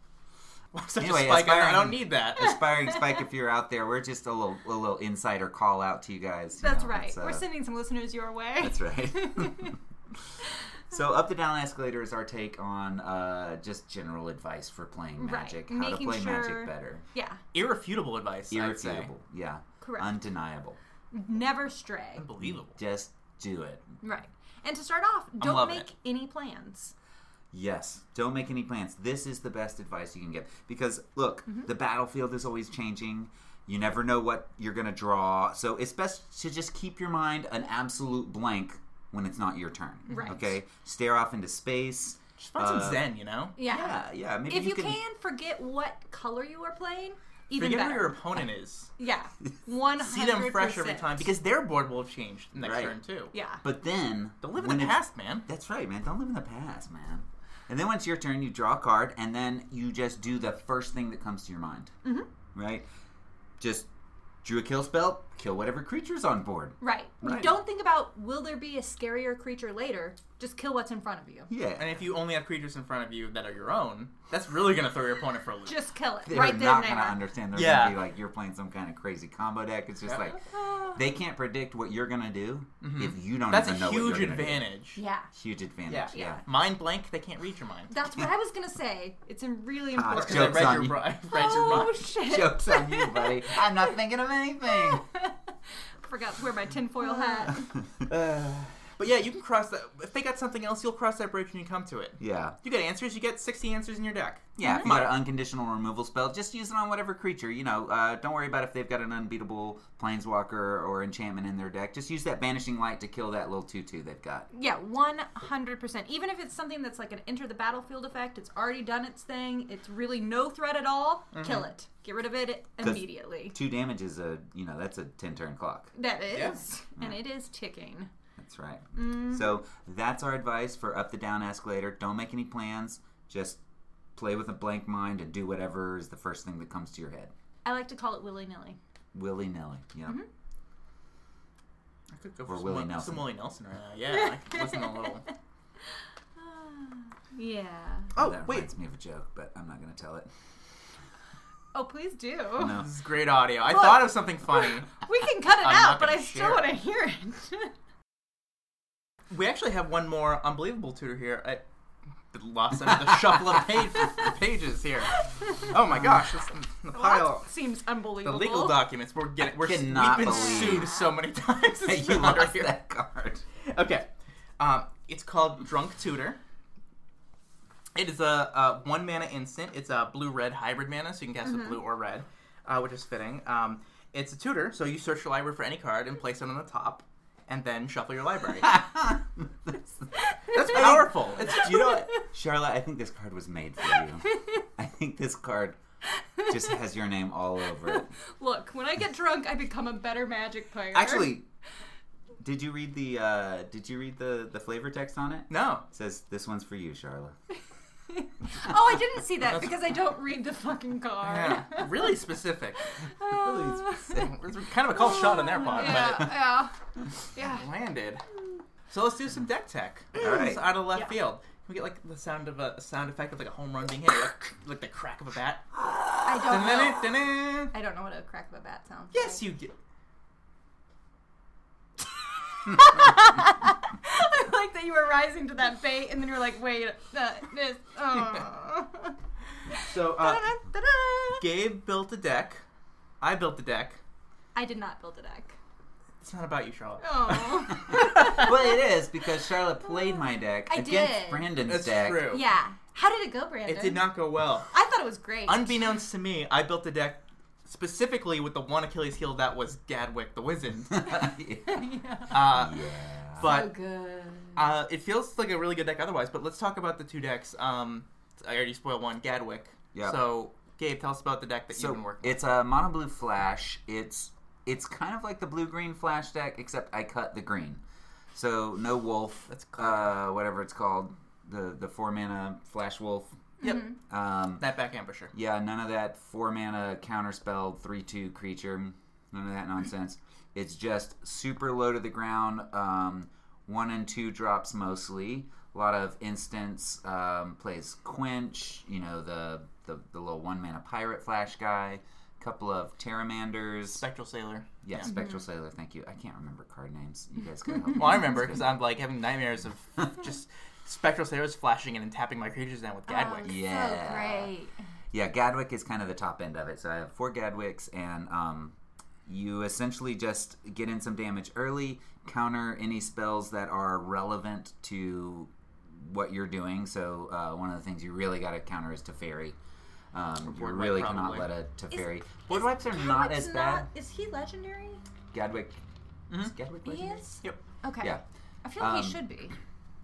Speaker 3: Well, I'm such
Speaker 2: Anyway,
Speaker 3: a spike, I don't- I
Speaker 2: aspiring-
Speaker 3: don't need that.
Speaker 2: aspiring spike, if you're out there, we're just a little a little insider call out to you guys. you
Speaker 4: that's
Speaker 2: know,
Speaker 4: right.
Speaker 2: it's, uh,
Speaker 4: We're sending some listeners your way.
Speaker 2: That's right. so up the down escalator is our take on uh, just general advice for playing
Speaker 4: Right.
Speaker 2: magic, how to
Speaker 4: Making
Speaker 2: play
Speaker 4: sure-
Speaker 2: magic better.
Speaker 4: yeah,
Speaker 3: Irrefutable advice.
Speaker 2: Irrefutable. Yeah.
Speaker 4: correct.
Speaker 2: Undeniable.
Speaker 4: Never stray.
Speaker 3: Unbelievable.
Speaker 2: Just do it.
Speaker 4: Right. And to start off, don't
Speaker 3: loving
Speaker 4: make
Speaker 3: it.
Speaker 4: any plans.
Speaker 2: Yes. Don't make any plans. This is the best advice you can get because look,
Speaker 4: Mm-hmm.
Speaker 2: the battlefield is always changing. You never know what you're going to draw. So it's best to just keep your mind an absolute blank when it's not your turn.
Speaker 4: Right.
Speaker 2: Okay? Stare off into space.
Speaker 3: Just find
Speaker 2: Uh,
Speaker 3: some zen, you know.
Speaker 4: Yeah.
Speaker 2: Yeah, yeah. Maybe
Speaker 4: If you,
Speaker 2: can,
Speaker 4: can, forget what color you are playing, even
Speaker 3: Forget who
Speaker 4: better.
Speaker 3: your opponent is.
Speaker 4: Yeah. One hundred.
Speaker 3: See them fresh every time because their board will have changed next
Speaker 2: Right.
Speaker 3: turn too.
Speaker 4: yeah.
Speaker 2: But then
Speaker 3: Don't live in
Speaker 2: when
Speaker 3: the
Speaker 2: it's-
Speaker 3: past, man.
Speaker 2: That's right, man. Don't live in the past, man. And then once your turn, you draw a card, and then you just do the first thing that comes to your mind. Mm-hmm. Right? Just drew a kill spell, kill whatever creature's on board.
Speaker 4: Right.
Speaker 2: Right.
Speaker 4: Don't think about will there be a scarier creature later. Just kill what's in front of you.
Speaker 2: Yeah.
Speaker 3: And if you only have creatures in front of you that are your own, that's really gonna throw your opponent for a loop.
Speaker 4: Just kill it
Speaker 2: they're
Speaker 4: right there
Speaker 2: not
Speaker 4: and there.
Speaker 2: gonna understand. They're
Speaker 3: Yeah.
Speaker 2: gonna be like you're playing some kind of crazy combo deck. It's just
Speaker 3: Yeah.
Speaker 2: like
Speaker 4: Ah.
Speaker 2: they can't predict what you're gonna do if you don't
Speaker 3: Mm-hmm. that's a
Speaker 2: even know. what
Speaker 3: huge
Speaker 2: you're gonna do.
Speaker 3: advantage.
Speaker 4: yeah.
Speaker 2: Huge advantage. Yeah.
Speaker 3: Yeah.
Speaker 4: Yeah.
Speaker 3: Mind blank, they can't read your mind.
Speaker 4: That's what I was gonna say. It's a
Speaker 2: Ah,
Speaker 4: really important.
Speaker 2: it's
Speaker 3: 'Cause I
Speaker 2: Jokes
Speaker 3: read
Speaker 2: on
Speaker 3: your
Speaker 2: you.
Speaker 3: bri- read your
Speaker 4: oh
Speaker 3: mind.
Speaker 4: shit!
Speaker 2: Jokes on you, buddy. I'm not thinking of anything.
Speaker 4: Forgot to wear my tinfoil hat.
Speaker 3: But yeah, you can cross that. If they got something else, you'll cross that bridge when you come to it.
Speaker 2: yeah.
Speaker 3: You get answers. You get sixty answers in your deck.
Speaker 2: Yeah, if you got an unconditional removal spell, just use it on whatever creature. You know, uh, don't worry about if they've got an unbeatable planeswalker or enchantment in their deck. Just use that banishing light to kill that little tutu they've got.
Speaker 4: Yeah, one hundred percent. Even if it's something that's like an enter the battlefield effect, it's already done its thing. It's really no threat at all.
Speaker 2: Mm-hmm.
Speaker 4: Kill it. Get rid of it immediately.
Speaker 2: Two damage is a, you know, that's a 10 turn clock.
Speaker 4: That is,
Speaker 3: Yeah.
Speaker 4: and it is ticking. Mm.
Speaker 2: That's right.
Speaker 3: Mm-hmm.
Speaker 2: So that's our advice for up the down escalator. Don't make any plans. Just play with a blank mind and do whatever is the first thing that comes to your head.
Speaker 4: I like to call it willy nilly.
Speaker 2: Willy nilly. Yeah.
Speaker 3: Mm-hmm. I could go
Speaker 2: Or
Speaker 3: for some,
Speaker 2: Willie
Speaker 3: Willie
Speaker 2: Nelson.
Speaker 3: some Willie Nelson right now. Yeah, I could listen to a little.
Speaker 4: Yeah.
Speaker 3: Oh
Speaker 2: that
Speaker 3: wait,
Speaker 2: reminds me of a joke, but I'm not going to tell it.
Speaker 4: Oh, please do.
Speaker 2: No.
Speaker 3: this is great audio. I
Speaker 4: Look.
Speaker 3: thought of something funny.
Speaker 4: We can cut it
Speaker 3: I'm
Speaker 4: out,
Speaker 3: not
Speaker 4: but I
Speaker 3: gonna
Speaker 4: still
Speaker 3: share
Speaker 4: want to hear it.
Speaker 3: we actually have one more unbelievable tutor here. I, lost under the shuffle of page, pages here. Oh my gosh, this, the pile.
Speaker 4: that seems
Speaker 3: The
Speaker 4: unbelievable.
Speaker 3: legal documents we're getting. We're, we've
Speaker 2: cannot
Speaker 3: been
Speaker 2: believe
Speaker 3: sued so many times.
Speaker 2: Hey,
Speaker 3: It's
Speaker 2: you
Speaker 3: been under
Speaker 2: lost
Speaker 3: here.
Speaker 2: that card.
Speaker 3: Okay. Um, it's called Drunk Tutor. It is a, a one mana instant. It's a blue red hybrid mana, so you can cast
Speaker 4: Mm-hmm.
Speaker 3: it blue or red, uh, which is fitting. Um, it's a tutor, so you search your library for any card and place it on the top, and then shuffle your library. That's powerful. It's
Speaker 2: Do you know what? Charlotte, I think this card was made for you. I think this card just has your name all over it.
Speaker 4: Look, when I get drunk, I become a better magic player.
Speaker 2: Actually, did you read the uh, did you read the, the flavor text on it?
Speaker 3: no.
Speaker 2: It says this one's for you, Charlotte.
Speaker 4: oh, I didn't see that because I don't read the fucking card.
Speaker 3: Yeah, really specific.
Speaker 4: Uh,
Speaker 3: It's kind of a cold shot on their part, but it
Speaker 4: yeah, yeah, yeah.
Speaker 3: landed. So let's do some deck tech.
Speaker 2: All right.
Speaker 3: It's out of left
Speaker 4: Yeah.
Speaker 3: field. Can we get like the sound of a, a sound effect of like a home run being hit, like, like the crack of a bat?
Speaker 4: I don't know.
Speaker 3: Dun-dun-dun-dun.
Speaker 4: I don't know what a crack of a bat sounds.
Speaker 3: Yes, you did.
Speaker 4: I like that you were rising to that bait, and then you were like, wait, uh, this. Oh.
Speaker 3: So uh,
Speaker 4: Da-da-da.
Speaker 3: Gabe built a deck. I built the deck.
Speaker 4: I did not build a deck.
Speaker 3: It's not about you, Charlotte.
Speaker 4: Oh,
Speaker 2: well, it is because Charlotte played my deck
Speaker 4: I
Speaker 2: against
Speaker 4: did.
Speaker 2: Brandon's
Speaker 3: That's
Speaker 2: deck.
Speaker 3: true.
Speaker 4: yeah. How did it go, Brandon?
Speaker 3: It did not go well.
Speaker 4: I thought it was great.
Speaker 3: Unbeknownst to me, I built a deck specifically with the one Achilles heel that was Gadwick the Wizard.
Speaker 2: yeah.
Speaker 3: Uh, but
Speaker 4: so Oh, good.
Speaker 3: Uh, it feels like a really good deck otherwise, but let's talk about the two decks. Um, I already spoiled one, Gadwick.
Speaker 2: Yeah.
Speaker 3: So, Gabe, tell us about the deck that
Speaker 2: So
Speaker 3: you've been working.
Speaker 2: it's a mono blue flash. It's it's kind of like the blue green flash deck, except I cut the green. So no wolf.
Speaker 3: That's
Speaker 2: uh, whatever it's called. The the four mana flash wolf.
Speaker 3: on. Yep.
Speaker 2: Um,
Speaker 3: That back ambusher.
Speaker 2: yeah, none of that four mana counterspell three two creature. None of that nonsense. It's just super low to the ground. Um, one and two drops mostly. A lot of instants um, plays quench. You know the the, the little one mana pirate flash guy. Couple of Terramanders.
Speaker 3: Spectral Sailor.
Speaker 2: yeah, Spectral Sailor. Thank you. I can't remember card names. You guys gotta help me.
Speaker 3: Well, I remember because I'm like having nightmares of just Spectral Sailors flashing in and tapping my creatures down with Gadwick.
Speaker 4: Oh,
Speaker 2: Yeah.
Speaker 4: So great.
Speaker 2: Yeah, Gadwick is kind of the top end of it. So I have four Gadwicks, and um, you essentially just get in some damage early, counter any spells that are relevant to what you're doing. So uh, one of the things you really got to counter is Teferi. Um, you
Speaker 3: board wipe,
Speaker 2: really cannot
Speaker 3: probably.
Speaker 2: let a Teferi. Board
Speaker 4: Is
Speaker 2: wipes are not
Speaker 4: Gadwick's
Speaker 2: as bad.
Speaker 4: not- Is he legendary?
Speaker 2: Gadwick. Is Gadwick
Speaker 4: He
Speaker 2: legendary?
Speaker 4: is.
Speaker 3: Yep.
Speaker 4: Okay.
Speaker 2: Yeah.
Speaker 4: I feel like
Speaker 2: Um,
Speaker 4: he should be.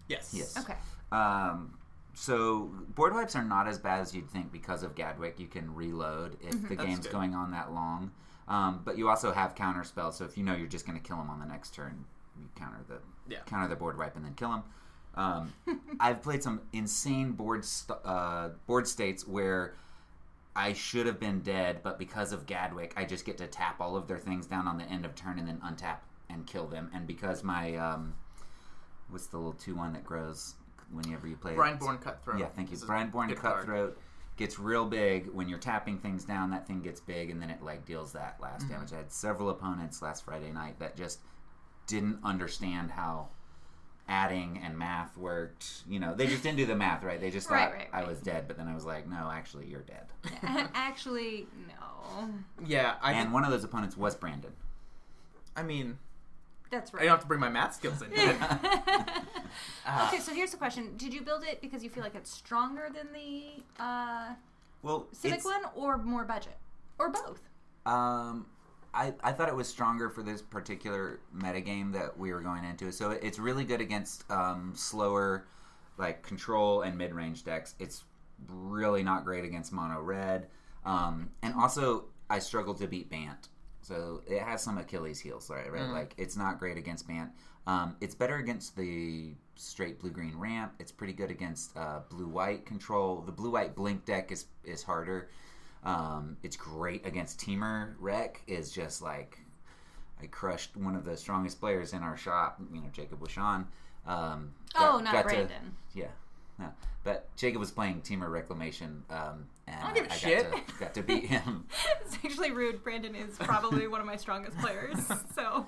Speaker 3: Yes.
Speaker 2: Yes.
Speaker 4: Okay.
Speaker 2: Um, so board wipes are not as bad as you'd think because of Gadwick. You can reload if the
Speaker 3: That's
Speaker 2: game's
Speaker 3: good.
Speaker 2: going on that long. Um, but you also have counter spells, so if you know you're just going to kill him on the next turn, you counter the
Speaker 3: Yeah.
Speaker 2: counter the board wipe and then kill him. Um, I've played some insane board st- uh, board states where I should have been dead, but because of Gadwick, I just get to tap all of their things down on the end of turn and then untap and kill them. And because my um, what's the little two one that grows whenever you play it?
Speaker 3: Brineborn Cutthroat.
Speaker 2: Yeah, thank you.
Speaker 3: This is
Speaker 2: Brian
Speaker 3: a
Speaker 2: Born
Speaker 3: good card.
Speaker 2: Cutthroat gets real big when you're tapping things down. That thing gets big, and then it like deals that last
Speaker 3: Mm-hmm.
Speaker 2: damage. I had several opponents last Friday night that just didn't understand how adding and math worked. You know, they just didn't do the math right. They just
Speaker 4: Right,
Speaker 2: thought
Speaker 4: right,
Speaker 2: I
Speaker 4: right.
Speaker 2: was dead, but then I was like, no, actually, you're dead.
Speaker 4: Actually, no.
Speaker 2: Oh.
Speaker 3: Yeah, I,
Speaker 2: and one of those opponents was Brandon.
Speaker 3: I mean,
Speaker 4: That's
Speaker 3: I don't have
Speaker 4: right.
Speaker 3: to bring my math skills in. do I? Uh,
Speaker 4: okay, so here's the question: Did you build it because you feel like it's stronger than the uh,
Speaker 2: Well,
Speaker 4: Civic one, or more budget, or both?
Speaker 2: Um, I, I thought it was stronger for this particular metagame that we were going into. So it- it's really good against um, slower, like control and mid range decks. It's really not great against mono red. Um, and also, I struggled to beat Bant. So it has some Achilles heels, right?
Speaker 4: Mm-hmm.
Speaker 2: Right? Like it's not great against Bant. Um, it's better against the straight blue green ramp. It's pretty good against uh, blue white control. The blue white blink deck is is harder. Um, it's great against Teamer. Rec is just like I crushed one of the strongest players in our shop. You know, Jacob Wishan. Um,
Speaker 4: Oh,
Speaker 2: got-
Speaker 4: not
Speaker 2: got to-
Speaker 4: Brandon.
Speaker 2: yeah, no. But Jacob was playing Teamer Reclamation, um, and I,
Speaker 3: don't give a
Speaker 2: got
Speaker 3: shit.
Speaker 2: to got to beat him.
Speaker 4: It's actually rude. Brandon is probably one of my strongest players, so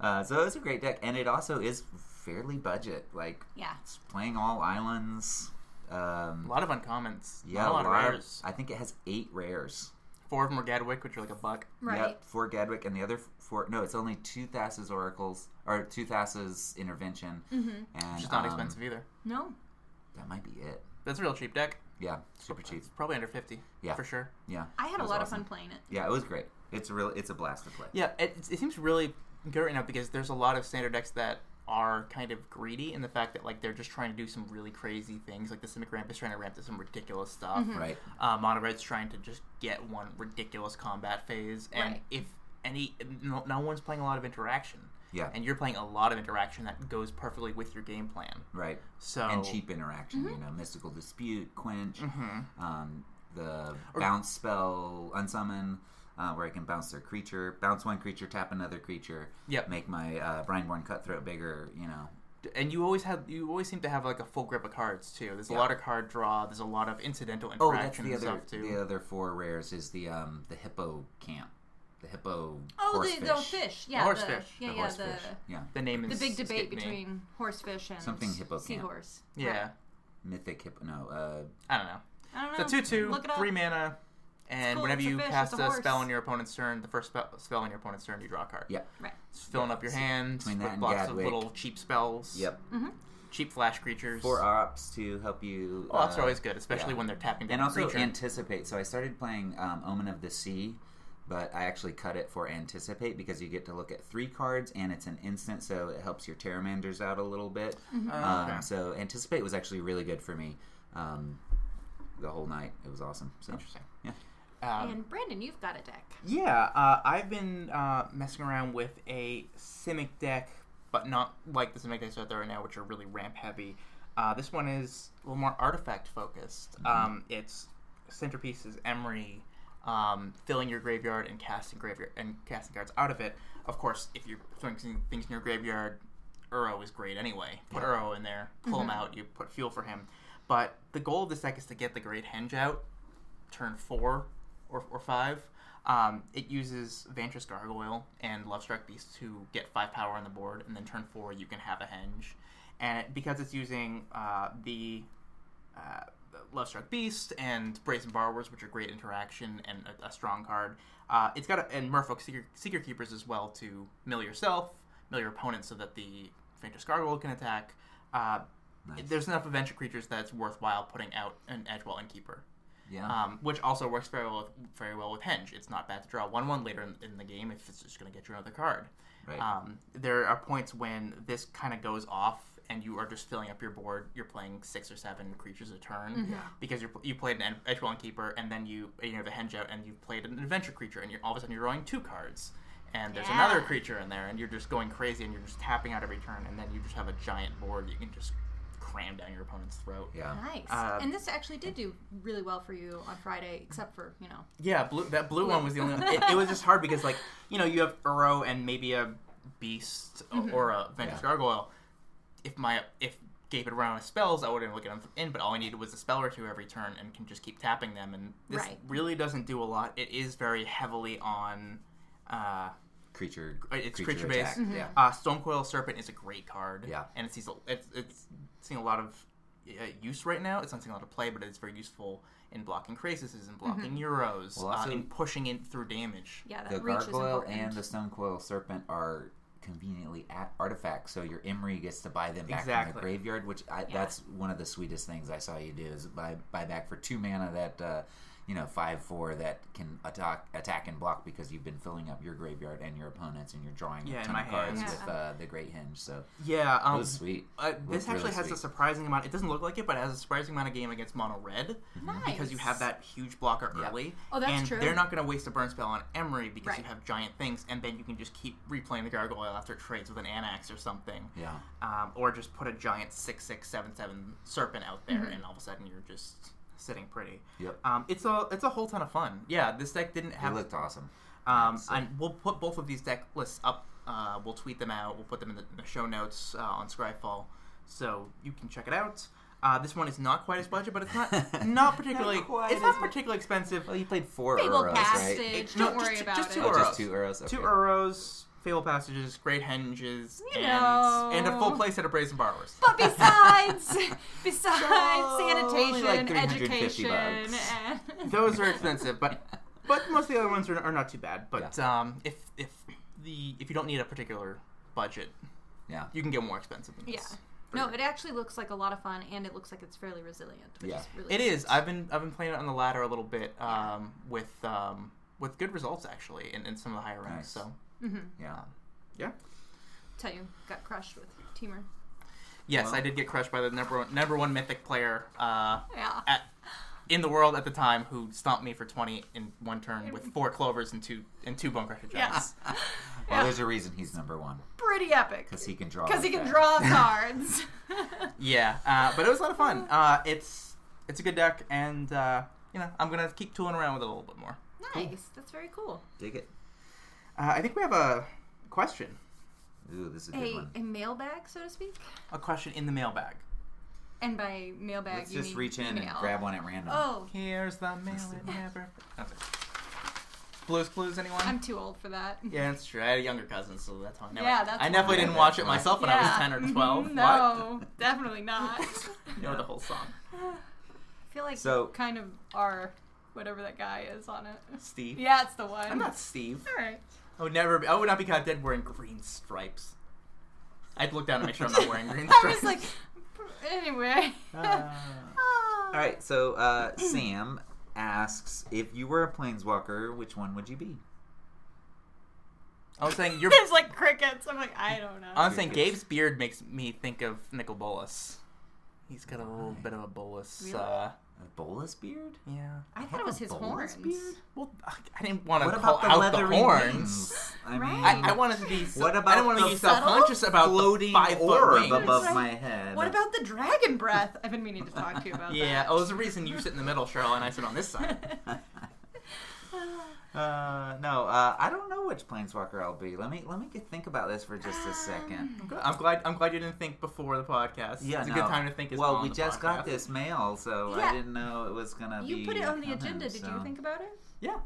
Speaker 2: Uh, so it was a great deck, and it also is fairly budget. Like
Speaker 4: Yeah.
Speaker 2: it's playing all islands. Um,
Speaker 3: A lot of uncommons.
Speaker 2: yeah,
Speaker 3: Not a lot, of rares.
Speaker 2: I think it has eight rares.
Speaker 3: Four of them are Gadwick, which are like a buck.
Speaker 4: Right.
Speaker 2: Yep, four Gadwick and the other f- four. No, it's only two Thassa's oracles or two Thassa's intervention,
Speaker 4: Mm-hmm.
Speaker 2: and
Speaker 3: Which is not
Speaker 2: um,
Speaker 3: expensive either.
Speaker 4: No.
Speaker 2: That might be it.
Speaker 3: That's a real cheap deck.
Speaker 2: Yeah, super cheap.
Speaker 3: It's probably under fifty.
Speaker 2: Yeah.
Speaker 3: for sure.
Speaker 2: Yeah,
Speaker 4: I had
Speaker 2: it
Speaker 4: a
Speaker 2: was
Speaker 4: lot
Speaker 2: awesome.
Speaker 4: of fun playing it.
Speaker 2: Yeah, it was great. It's a real. It's a blast to play.
Speaker 3: Yeah, it, it seems really good right now because there's a lot of standard decks that are kind of greedy in the fact that like they're just trying to do some really crazy things. Like the Simic Ramp is trying to ramp to some ridiculous stuff.
Speaker 4: Mm-hmm.
Speaker 2: Right.
Speaker 3: Uh, Mono Red's trying to just get one ridiculous combat phase, and
Speaker 4: Right.
Speaker 3: if any, no, no one's playing a lot of interaction.
Speaker 2: Yeah.
Speaker 3: and you're playing a lot of interaction that goes perfectly with your game plan.
Speaker 2: Right.
Speaker 3: So
Speaker 2: And cheap interaction.
Speaker 3: Mm-hmm.
Speaker 2: You know, mystical dispute, quench, um, the
Speaker 3: Or-
Speaker 2: bounce spell, unsummon. Uh, where I can bounce their creature, bounce one creature, tap another creature,
Speaker 3: Yep.
Speaker 2: make my uh, Brineborn Cutthroat bigger, you know.
Speaker 3: and you always have you always seem to have like a full grip of cards too. There's
Speaker 2: Yeah.
Speaker 3: a lot of card draw. There's a lot of incidental
Speaker 2: Oh, that's
Speaker 3: interaction
Speaker 2: the
Speaker 3: and
Speaker 2: other
Speaker 3: stuff too.
Speaker 2: the other four rares is the um the hippo camp, the hippo
Speaker 4: Oh,
Speaker 2: horse
Speaker 4: the,
Speaker 2: fish.
Speaker 4: the fish. Yeah.
Speaker 3: Horse
Speaker 4: the,
Speaker 3: fish.
Speaker 4: Yeah,
Speaker 2: the
Speaker 4: yeah.
Speaker 2: horse
Speaker 4: The,
Speaker 2: fish. yeah
Speaker 3: The name is
Speaker 4: the big debate
Speaker 3: escaped me.
Speaker 4: between horsefish and
Speaker 2: Something hippocamp.
Speaker 4: seahorse.
Speaker 3: yeah.
Speaker 4: Right.
Speaker 2: mythic hippo no uh
Speaker 3: I don't know.
Speaker 4: I don't know.
Speaker 3: It's a two-two,
Speaker 4: Look it up.
Speaker 3: three mana, and
Speaker 4: cool,
Speaker 3: whenever
Speaker 4: it's a
Speaker 3: you
Speaker 4: fish,
Speaker 3: cast
Speaker 4: it's a
Speaker 3: a, spell
Speaker 4: horse.
Speaker 3: on your opponent's turn, the first spe- spell on your opponent's turn, you draw a card.
Speaker 2: yeah
Speaker 4: Right.
Speaker 3: It's filling up your
Speaker 2: So
Speaker 3: hand
Speaker 2: between that
Speaker 3: with
Speaker 2: and
Speaker 3: lots
Speaker 2: Gadwick.
Speaker 3: of little cheap spells.
Speaker 2: yep
Speaker 3: Cheap flash creatures.
Speaker 2: four ops to help you.
Speaker 3: oh, that's
Speaker 2: uh,
Speaker 3: always good, especially
Speaker 2: yeah.
Speaker 3: when they're tapping down
Speaker 2: and
Speaker 3: a
Speaker 2: also
Speaker 3: creature.
Speaker 2: anticipate. So I started playing um, Omen of the Sea, but I actually cut it for anticipate because you get to look at three cards and it's an instant, so it helps your Terramanders out a little bit.
Speaker 3: Oh, okay.
Speaker 2: Um, so anticipate was actually really good for me. Um, the whole night, it was awesome. So
Speaker 3: Interesting.
Speaker 2: Yeah.
Speaker 3: Um,
Speaker 4: and Brandon, you've got a deck.
Speaker 3: Yeah, uh, I've been uh, messing around with a Simic deck, but not like the Simic decks out there right now, which are really ramp heavy. Uh, this one is a little more artifact focused. Um, its centerpiece is Emery, um, filling your graveyard and casting graveyard and casting cards out of it. Of course, if you're throwing things in your graveyard, Uro is great anyway. Put Uro in there, pull him out. You put fuel for him. But the goal of this deck is to get the Great Henge out turn four or, or five. Um, it uses Vantress Gargoyle and Lovestruck Beast to get five power on the board, and then turn four you can have a henge. And it, because it's using uh, the uh, Lovestruck Beast and Brazen Borrowers, which are great interaction and a, a strong card. Uh, it's got a, and Merfolk Seeker, Seeker Keepers as well to mill yourself, mill your opponent, so that the Phantom Gargoyle can attack. Uh, There's enough adventure creatures that it's worthwhile putting out an Edgewall Innkeeper,
Speaker 2: Yeah.
Speaker 3: um, which also works very well very well with Henge. It's not bad to draw one one later in, in the game if it's just going to get you another card.
Speaker 2: Right.
Speaker 3: Um, there are points when this kind of goes off and you are just filling up your board. You're playing six or seven creatures a turn because you're, you played an Edgewall Keeper and then you you know the Henge out and you played an Adventure creature and you're all of a sudden you're drawing two cards and there's
Speaker 4: Yeah.
Speaker 3: another creature in there and you're just going crazy and you're just tapping out every turn and then you just have a giant board that you can just cram down your opponent's throat.
Speaker 2: yeah.
Speaker 4: Nice.
Speaker 3: Uh,
Speaker 4: and this actually did do really well for you on Friday, except for you know.
Speaker 3: Yeah, blue, that blue one was the only one. It, it was just hard because, like, you know, you have Uro and maybe a Beast or a Ventress
Speaker 2: Yeah.
Speaker 3: Gargoyle. If my if Gabe had run out of spells, I wouldn't look at them in. But all I needed was a spell or two every turn, and can just keep tapping them. And this
Speaker 4: Right.
Speaker 3: really doesn't do a lot. It is very heavily on. Uh,
Speaker 2: Creature.
Speaker 3: it's creature based.
Speaker 4: Mm-hmm.
Speaker 2: attack. Yeah.
Speaker 3: uh, Stonecoil Serpent is a great card.
Speaker 2: Yeah.
Speaker 3: and it sees a, it's it's seeing a lot of uh, use right now. It's not seeing a lot of play, but it's very useful in blocking crises, in blocking
Speaker 4: Mm-hmm.
Speaker 3: euros,
Speaker 2: Well,
Speaker 3: uh,
Speaker 2: also-
Speaker 3: in pushing in through damage.
Speaker 4: Yeah, that
Speaker 2: the
Speaker 4: reach is
Speaker 2: gargoyle
Speaker 4: important.
Speaker 2: and the stone coil serpent are conveniently a artifacts so your emery gets to buy them back from
Speaker 3: Exactly.
Speaker 2: the graveyard which I, that's one of the sweetest things i saw you do is buy, buy back for two mana that uh, you know five four that can attack attack and block because you've been filling up your graveyard and your opponents and you're drawing
Speaker 3: Yeah,
Speaker 2: a
Speaker 3: in
Speaker 2: ton
Speaker 3: my
Speaker 2: of cards
Speaker 4: hands.
Speaker 2: with uh, the great hinge so
Speaker 3: Yeah,
Speaker 2: it
Speaker 3: um,
Speaker 2: was sweet
Speaker 3: Uh,
Speaker 2: It
Speaker 3: this
Speaker 2: was
Speaker 3: actually
Speaker 2: really
Speaker 3: has a
Speaker 2: sweet.
Speaker 3: surprising amount. It doesn't look like it, but it has a surprising amount of game against mono red
Speaker 4: Mm-hmm. Nice.
Speaker 3: because you have that huge blocker
Speaker 2: Yeah.
Speaker 3: early.
Speaker 4: Oh, that's
Speaker 3: and
Speaker 4: true.
Speaker 3: They're not going to waste a burn spell on Emery because you
Speaker 4: Right.
Speaker 3: have giant things, and then you can just keep replaying the gargoyle after it trades with an Anax or something.
Speaker 2: yeah
Speaker 3: um, or just put a giant six six seven seven serpent out there, and all of a sudden you're just sitting pretty.
Speaker 2: Yep.
Speaker 3: Um, it's a it's a whole ton of fun. Yeah, this deck didn't
Speaker 2: it
Speaker 3: have.
Speaker 2: looked awesome
Speaker 3: um,
Speaker 2: That's
Speaker 3: and we'll put both of these deck lists up. Uh, we'll tweet them out. We'll put them in the, in the show notes uh, on Scryfall, so you can check it out. Uh, this one is not quite as budget, but it's not not particularly.
Speaker 2: quite
Speaker 3: it's
Speaker 2: as
Speaker 3: not
Speaker 2: much.
Speaker 3: particularly expensive.
Speaker 2: well you played four
Speaker 4: Big old
Speaker 2: euros
Speaker 4: passage.
Speaker 2: right
Speaker 3: It- no,
Speaker 4: Don't
Speaker 3: just
Speaker 4: worry
Speaker 3: two-
Speaker 4: about
Speaker 3: just
Speaker 4: it.
Speaker 3: two
Speaker 2: oh
Speaker 3: Euros.
Speaker 2: just two euros okay.
Speaker 3: Two euros. Fable Passages, Great Henges,
Speaker 4: You
Speaker 3: and,
Speaker 4: know.
Speaker 3: and a full play set of Brazen Borrowers.
Speaker 4: But besides, besides
Speaker 2: only
Speaker 4: sanitation,
Speaker 2: like 350
Speaker 4: education,
Speaker 2: bucks.
Speaker 4: and
Speaker 3: Those are expensive, but but most of the other ones are, are not too bad. But um, if if the if you don't need a particular budget,
Speaker 2: Yeah.
Speaker 3: you can get more expensive than this.
Speaker 4: yeah. No, it actually looks like a lot of fun, and it looks like it's fairly resilient. Which
Speaker 2: Yeah.
Speaker 4: is really
Speaker 3: It
Speaker 4: nice.
Speaker 3: is. I've been I've been playing it on the ladder a little bit um, with um, with good results actually in, in some of the higher ranks.
Speaker 2: Nice.
Speaker 3: So
Speaker 2: Yeah.
Speaker 3: yeah.
Speaker 4: Mm-hmm. Tell you, got crushed with Teamer.
Speaker 3: Yes,
Speaker 2: Well-
Speaker 3: I did get crushed by the number one, number one mythic player uh,
Speaker 4: Yeah.
Speaker 3: at, in the world at the time who stomped me for twenty in one turn with four clovers and two and two bone crusher giants.
Speaker 2: Well, there's a reason he's number one
Speaker 4: Pretty epic.
Speaker 2: because he can draw.
Speaker 4: Because he
Speaker 2: like that.
Speaker 4: can draw cards.
Speaker 3: Yeah, uh, but it was a lot of fun. Uh, it's it's a good deck, and uh, you know I'm gonna keep tooling around with it a little bit more.
Speaker 4: nice. That's very cool.
Speaker 2: Dig it.
Speaker 3: Uh, I think we have a question,
Speaker 2: Ooh, this is a good
Speaker 4: A,
Speaker 2: one.
Speaker 4: a mailbag, so to speak.
Speaker 3: a question in the mailbag.
Speaker 4: And by mailbag,
Speaker 2: Let's
Speaker 4: you
Speaker 2: just
Speaker 4: mean
Speaker 2: reach in and
Speaker 4: email.
Speaker 2: grab one at random.
Speaker 4: Oh,
Speaker 3: Here's the mail it never. That's it. Blues Clues, anyone?
Speaker 4: I'm too old for that.
Speaker 3: Yeah, that's true. I had a younger cousin, so that's how I know.
Speaker 4: Yeah,
Speaker 3: it.
Speaker 4: that's
Speaker 3: I definitely
Speaker 2: why.
Speaker 3: didn't watch it myself when I was ten or
Speaker 4: Mhm,
Speaker 3: twelve. What?
Speaker 4: No, definitely not.
Speaker 3: You know the whole song.
Speaker 4: I feel like
Speaker 2: So-
Speaker 4: you kind of are whatever that guy is on it.
Speaker 3: Steve.
Speaker 4: Yeah, it's the one.
Speaker 3: I'm not Steve.
Speaker 4: All right.
Speaker 3: I would never. Be, I would not be caught dead wearing green stripes. I'd look down to make sure I'm not wearing green
Speaker 4: I
Speaker 3: stripes.
Speaker 4: was like, anyway.
Speaker 3: Ah.
Speaker 4: Ah.
Speaker 2: All right, so uh, Sam asks if you were a planeswalker, which one would you be?
Speaker 3: I was saying your.
Speaker 4: There's like crickets. I'm like, I don't know.
Speaker 3: I was saying Gabe's beard makes me think of Nicol Bolas. He's got a little bit of a Bolas.
Speaker 4: Really?
Speaker 3: Uh,
Speaker 2: A bolus beard?
Speaker 3: yeah.
Speaker 4: I thought it was his
Speaker 2: Bolus
Speaker 4: horns.
Speaker 2: beard?
Speaker 3: Well, I I didn't want to
Speaker 2: What
Speaker 3: call
Speaker 2: about the
Speaker 3: out the
Speaker 2: leathery
Speaker 3: horns.
Speaker 2: horns? I
Speaker 4: Right.
Speaker 2: mean,
Speaker 3: I, I wanted to be. So,
Speaker 2: What
Speaker 3: I
Speaker 2: about
Speaker 3: don't want to
Speaker 2: the
Speaker 3: be self-conscious about the
Speaker 2: floating
Speaker 3: five foot
Speaker 2: orb
Speaker 3: wings.
Speaker 2: above
Speaker 4: Right.
Speaker 2: my head.
Speaker 4: What about the dragon breath? I've been meaning to talk to you about
Speaker 3: Yeah,
Speaker 4: that.
Speaker 3: oh, there's a reason you sit in the middle, Cheryl, and I sit on this side.
Speaker 2: Uh, no, uh, I don't know which planeswalker I'll be. Let me let me get, think about this for just a
Speaker 4: Ah.
Speaker 2: second.
Speaker 3: Good. I'm glad. I'm glad you didn't think before the podcast.
Speaker 2: Yeah,
Speaker 3: it's a
Speaker 2: no.
Speaker 3: good time to think. As
Speaker 2: well,
Speaker 3: on
Speaker 2: we
Speaker 3: the
Speaker 2: just
Speaker 3: podcast.
Speaker 2: got this mail, so
Speaker 4: Yeah.
Speaker 2: I didn't know it was gonna be.
Speaker 4: You put it on the
Speaker 2: coming,
Speaker 4: agenda. Did you
Speaker 2: so-
Speaker 4: think about it?
Speaker 3: Yeah,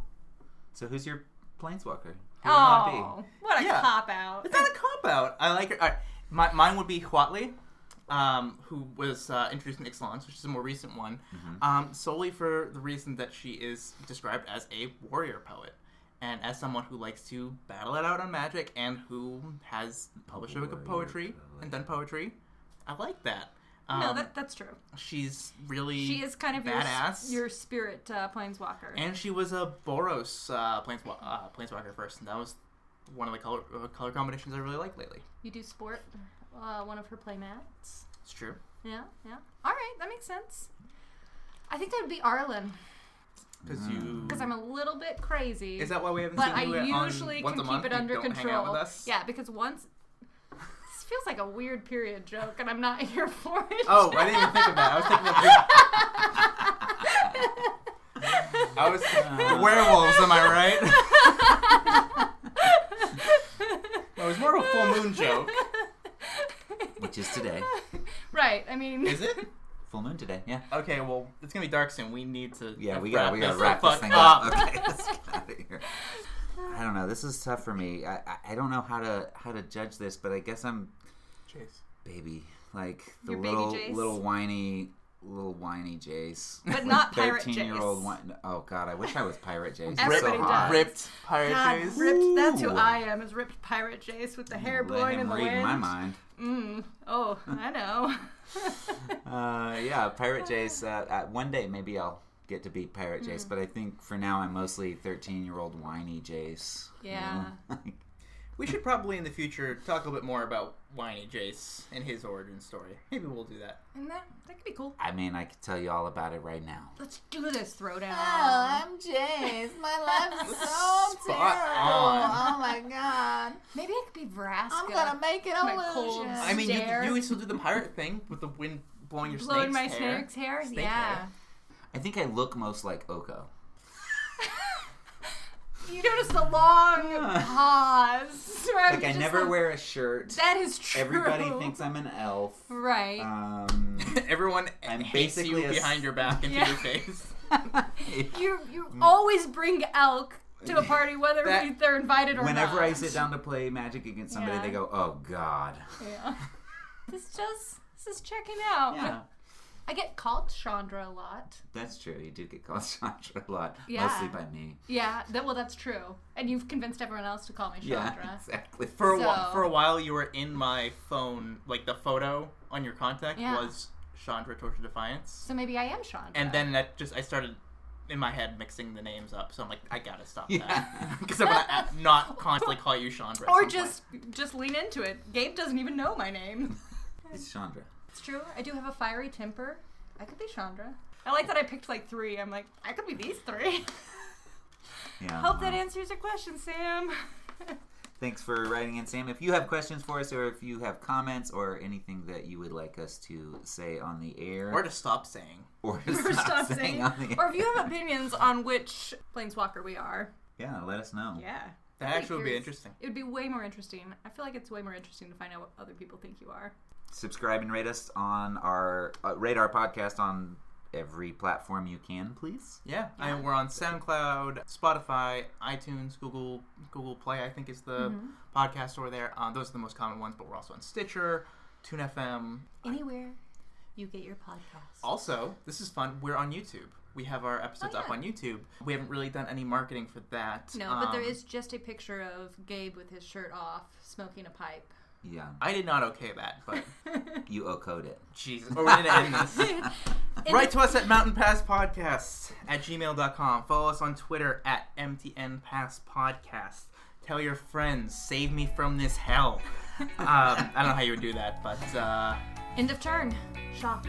Speaker 2: So who's your planeswalker? Who do you wanna
Speaker 4: Oh, what a
Speaker 3: Yeah.
Speaker 4: cop out.
Speaker 3: it's not a cop out. I like her. All right. My, mine would be Huatley, um, who was uh, introduced in Ixalan, which is a more recent one,
Speaker 2: Mm-hmm.
Speaker 3: um, solely for the reason that she is described as a warrior poet. And as someone who likes to battle it out on magic and who has published a book of
Speaker 2: Warrior
Speaker 3: poetry
Speaker 2: poet.
Speaker 3: and done poetry, I like that. Um,
Speaker 4: No, that, that's true.
Speaker 3: she's really
Speaker 4: She is kind of your,
Speaker 3: badass.
Speaker 4: your spirit uh, planeswalker.
Speaker 3: And she was a Boros uh, planeswa- uh, planeswalker first, and that was one of the color uh, color combinations I really like lately.
Speaker 4: you do sport uh, one of her play mats.
Speaker 3: It's true.
Speaker 4: Yeah, yeah. All right, that makes sense. I think that would be Arlen
Speaker 3: Because
Speaker 2: Mm.
Speaker 3: you.
Speaker 4: because I'm a little bit crazy.
Speaker 3: Is that why we haven't
Speaker 4: but I
Speaker 3: seen you on
Speaker 4: usually
Speaker 3: once
Speaker 4: can
Speaker 3: a month?
Speaker 4: keep it
Speaker 3: You
Speaker 4: under
Speaker 3: don't
Speaker 4: control.
Speaker 3: Hang out with us?
Speaker 4: Yeah, because once this feels like a weird period joke, and I'm not here for it.
Speaker 3: Oh, I didn't even think of that. I was thinking of. I was
Speaker 4: Uh.
Speaker 3: the werewolves. Am I right? Well, it was more of a full moon joke.
Speaker 2: be? Which is today,
Speaker 4: right. I mean,
Speaker 3: Is it?
Speaker 2: full moon today. Yeah.
Speaker 3: Okay, well, it's gonna be dark soon. We need to.
Speaker 2: Yeah, we
Speaker 3: wrap
Speaker 2: gotta we gotta
Speaker 3: this
Speaker 2: wrap
Speaker 3: the
Speaker 2: this
Speaker 3: fuck
Speaker 2: thing up. Okay, let's get out of here. I don't know. This is tough for me. I, I I don't know how to how to judge this, but I guess I'm
Speaker 3: Chase.
Speaker 2: baby, like the
Speaker 4: You're baby
Speaker 2: little
Speaker 4: Jace?
Speaker 2: little whiny little whiny Jace,
Speaker 4: But
Speaker 2: Like,
Speaker 4: not Pirate Jace.
Speaker 2: Thirteen-year-old whine- Oh God, I wish I was Pirate Jace. It's
Speaker 4: Everybody
Speaker 2: so hot.
Speaker 4: does.
Speaker 3: ripped pirate
Speaker 4: God,
Speaker 3: days.
Speaker 4: ripped. That's who
Speaker 2: Ooh.
Speaker 4: I am. Is ripped pirate Jace with the hair
Speaker 2: Let
Speaker 4: blowing
Speaker 2: him
Speaker 4: in the
Speaker 2: read
Speaker 4: wind.
Speaker 2: my mind.
Speaker 4: Mm. Oh, I know.
Speaker 2: Uh, yeah, Pirate Jace. Uh, uh, one day maybe I'll get to be Pirate
Speaker 4: Mm.
Speaker 2: Jace, but I think for now I'm mostly thirteen-year-old whiny Jace. you
Speaker 4: Yeah.
Speaker 2: know?
Speaker 3: We should probably in the future talk a little bit more about Whiny Jace and his origin story. Maybe we'll do that.
Speaker 4: and that that could be cool.
Speaker 2: I mean, I could tell you all about it right now.
Speaker 4: Let's do this throwdown.
Speaker 5: Oh, Jace. My life's so
Speaker 3: Spot on.
Speaker 5: Oh my god.
Speaker 4: Maybe I could be Vraska.
Speaker 5: I'm gonna make it
Speaker 4: my
Speaker 5: illusion.
Speaker 4: cold
Speaker 3: I mean, you,
Speaker 4: Stare.
Speaker 3: you can still do the pirate thing with the wind blowing your
Speaker 4: blowing my
Speaker 3: snake's hair.
Speaker 4: snake's hair.
Speaker 3: Snake
Speaker 4: yeah.
Speaker 3: hair.
Speaker 2: I think I look most like Oko.
Speaker 4: You notice the long
Speaker 2: Yeah.
Speaker 4: pause. Where I'm
Speaker 2: Like I
Speaker 4: just
Speaker 2: never
Speaker 4: like,
Speaker 2: wear a shirt.
Speaker 4: That is true.
Speaker 2: Everybody thinks I'm an elf.
Speaker 4: Right.
Speaker 2: Um,
Speaker 3: Everyone
Speaker 2: I'm
Speaker 3: hates you
Speaker 2: basically a s- Uh,
Speaker 3: behind your back and to
Speaker 4: Yeah.
Speaker 2: Mm.
Speaker 3: your face.
Speaker 4: you you always bring elk to a party, whether
Speaker 3: That-
Speaker 4: we- they're invited or not.
Speaker 2: Whenever I sit down to play Magic against somebody,
Speaker 4: Yeah.
Speaker 2: they go, "Oh God."
Speaker 4: Yeah. this is just this is checking out.
Speaker 2: Yeah,
Speaker 4: I get called Chandra a lot.
Speaker 2: that's true. You do get called Chandra a lot,
Speaker 4: Yeah.
Speaker 2: mostly by me.
Speaker 4: Yeah, that, well, that's true. And you've convinced everyone else to call me Chandra.
Speaker 2: Yeah, exactly.
Speaker 3: For a
Speaker 4: So-
Speaker 3: while, for a while, you were in my phone. Like the photo on your contact
Speaker 4: Yeah.
Speaker 3: was Chandra Torture Defiance,
Speaker 4: So maybe I am Chandra.
Speaker 3: and then that just I started in my head mixing the names up. So I'm like, I gotta stop that
Speaker 2: yeah.
Speaker 3: because I'm gonna a- not constantly call you Chandra. at
Speaker 4: or
Speaker 3: some
Speaker 4: just just lean into it. Gabe doesn't even know my name.
Speaker 2: it's Chandra.
Speaker 4: It's true. I do have a fiery temper. I could be Chandra. I like that I picked like three. I'm like, I could be these three.
Speaker 2: Yeah.
Speaker 4: Hope that
Speaker 2: well,
Speaker 4: answers your question, Sam.
Speaker 2: Thanks for writing in, Sam. If you have questions for us, or if you have comments, or anything that you would like us to say on the air,
Speaker 3: point. or to stop saying.
Speaker 2: or
Speaker 4: or stop saying.
Speaker 2: on the air,
Speaker 4: Or if you have opinions on which planeswalker we are,
Speaker 2: yeah, let us know.
Speaker 4: yeah.
Speaker 3: That
Speaker 4: I'd be
Speaker 3: actually would be
Speaker 4: curious.
Speaker 3: interesting.
Speaker 4: It would be way more interesting. I feel like it's way more interesting to find out what other people think you are.
Speaker 2: subscribe and rate us on our uh, rate our podcast on every platform you can, please.
Speaker 3: Yeah, I mean, we're on SoundCloud, Spotify, iTunes, Google Google Play. I think is the
Speaker 4: Mm-hmm.
Speaker 3: podcast store there. Uh, those are the most common ones, but we're also on Stitcher, TuneFM.
Speaker 4: Anywhere you get your podcast.
Speaker 3: Also, this is fun. We're on YouTube. We have our episodes
Speaker 4: Oh,
Speaker 3: up
Speaker 4: yeah.
Speaker 3: on YouTube. We haven't really done any marketing for that.
Speaker 4: No, but there
Speaker 3: Um,
Speaker 4: is just a picture of Gabe with his shirt off, smoking a pipe.
Speaker 2: Yeah,
Speaker 3: I did not okay that, but
Speaker 2: you ocode it.
Speaker 3: Jesus. Oh, we're going to end this.
Speaker 4: And
Speaker 3: Write to us at Mountain Pass Podcast at gmail.com. Follow us on Twitter at MTN Pass Podcast. Tell your friends, save me from this hell. um, I don't know how you would do that, but uh,
Speaker 4: End of turn. Shock.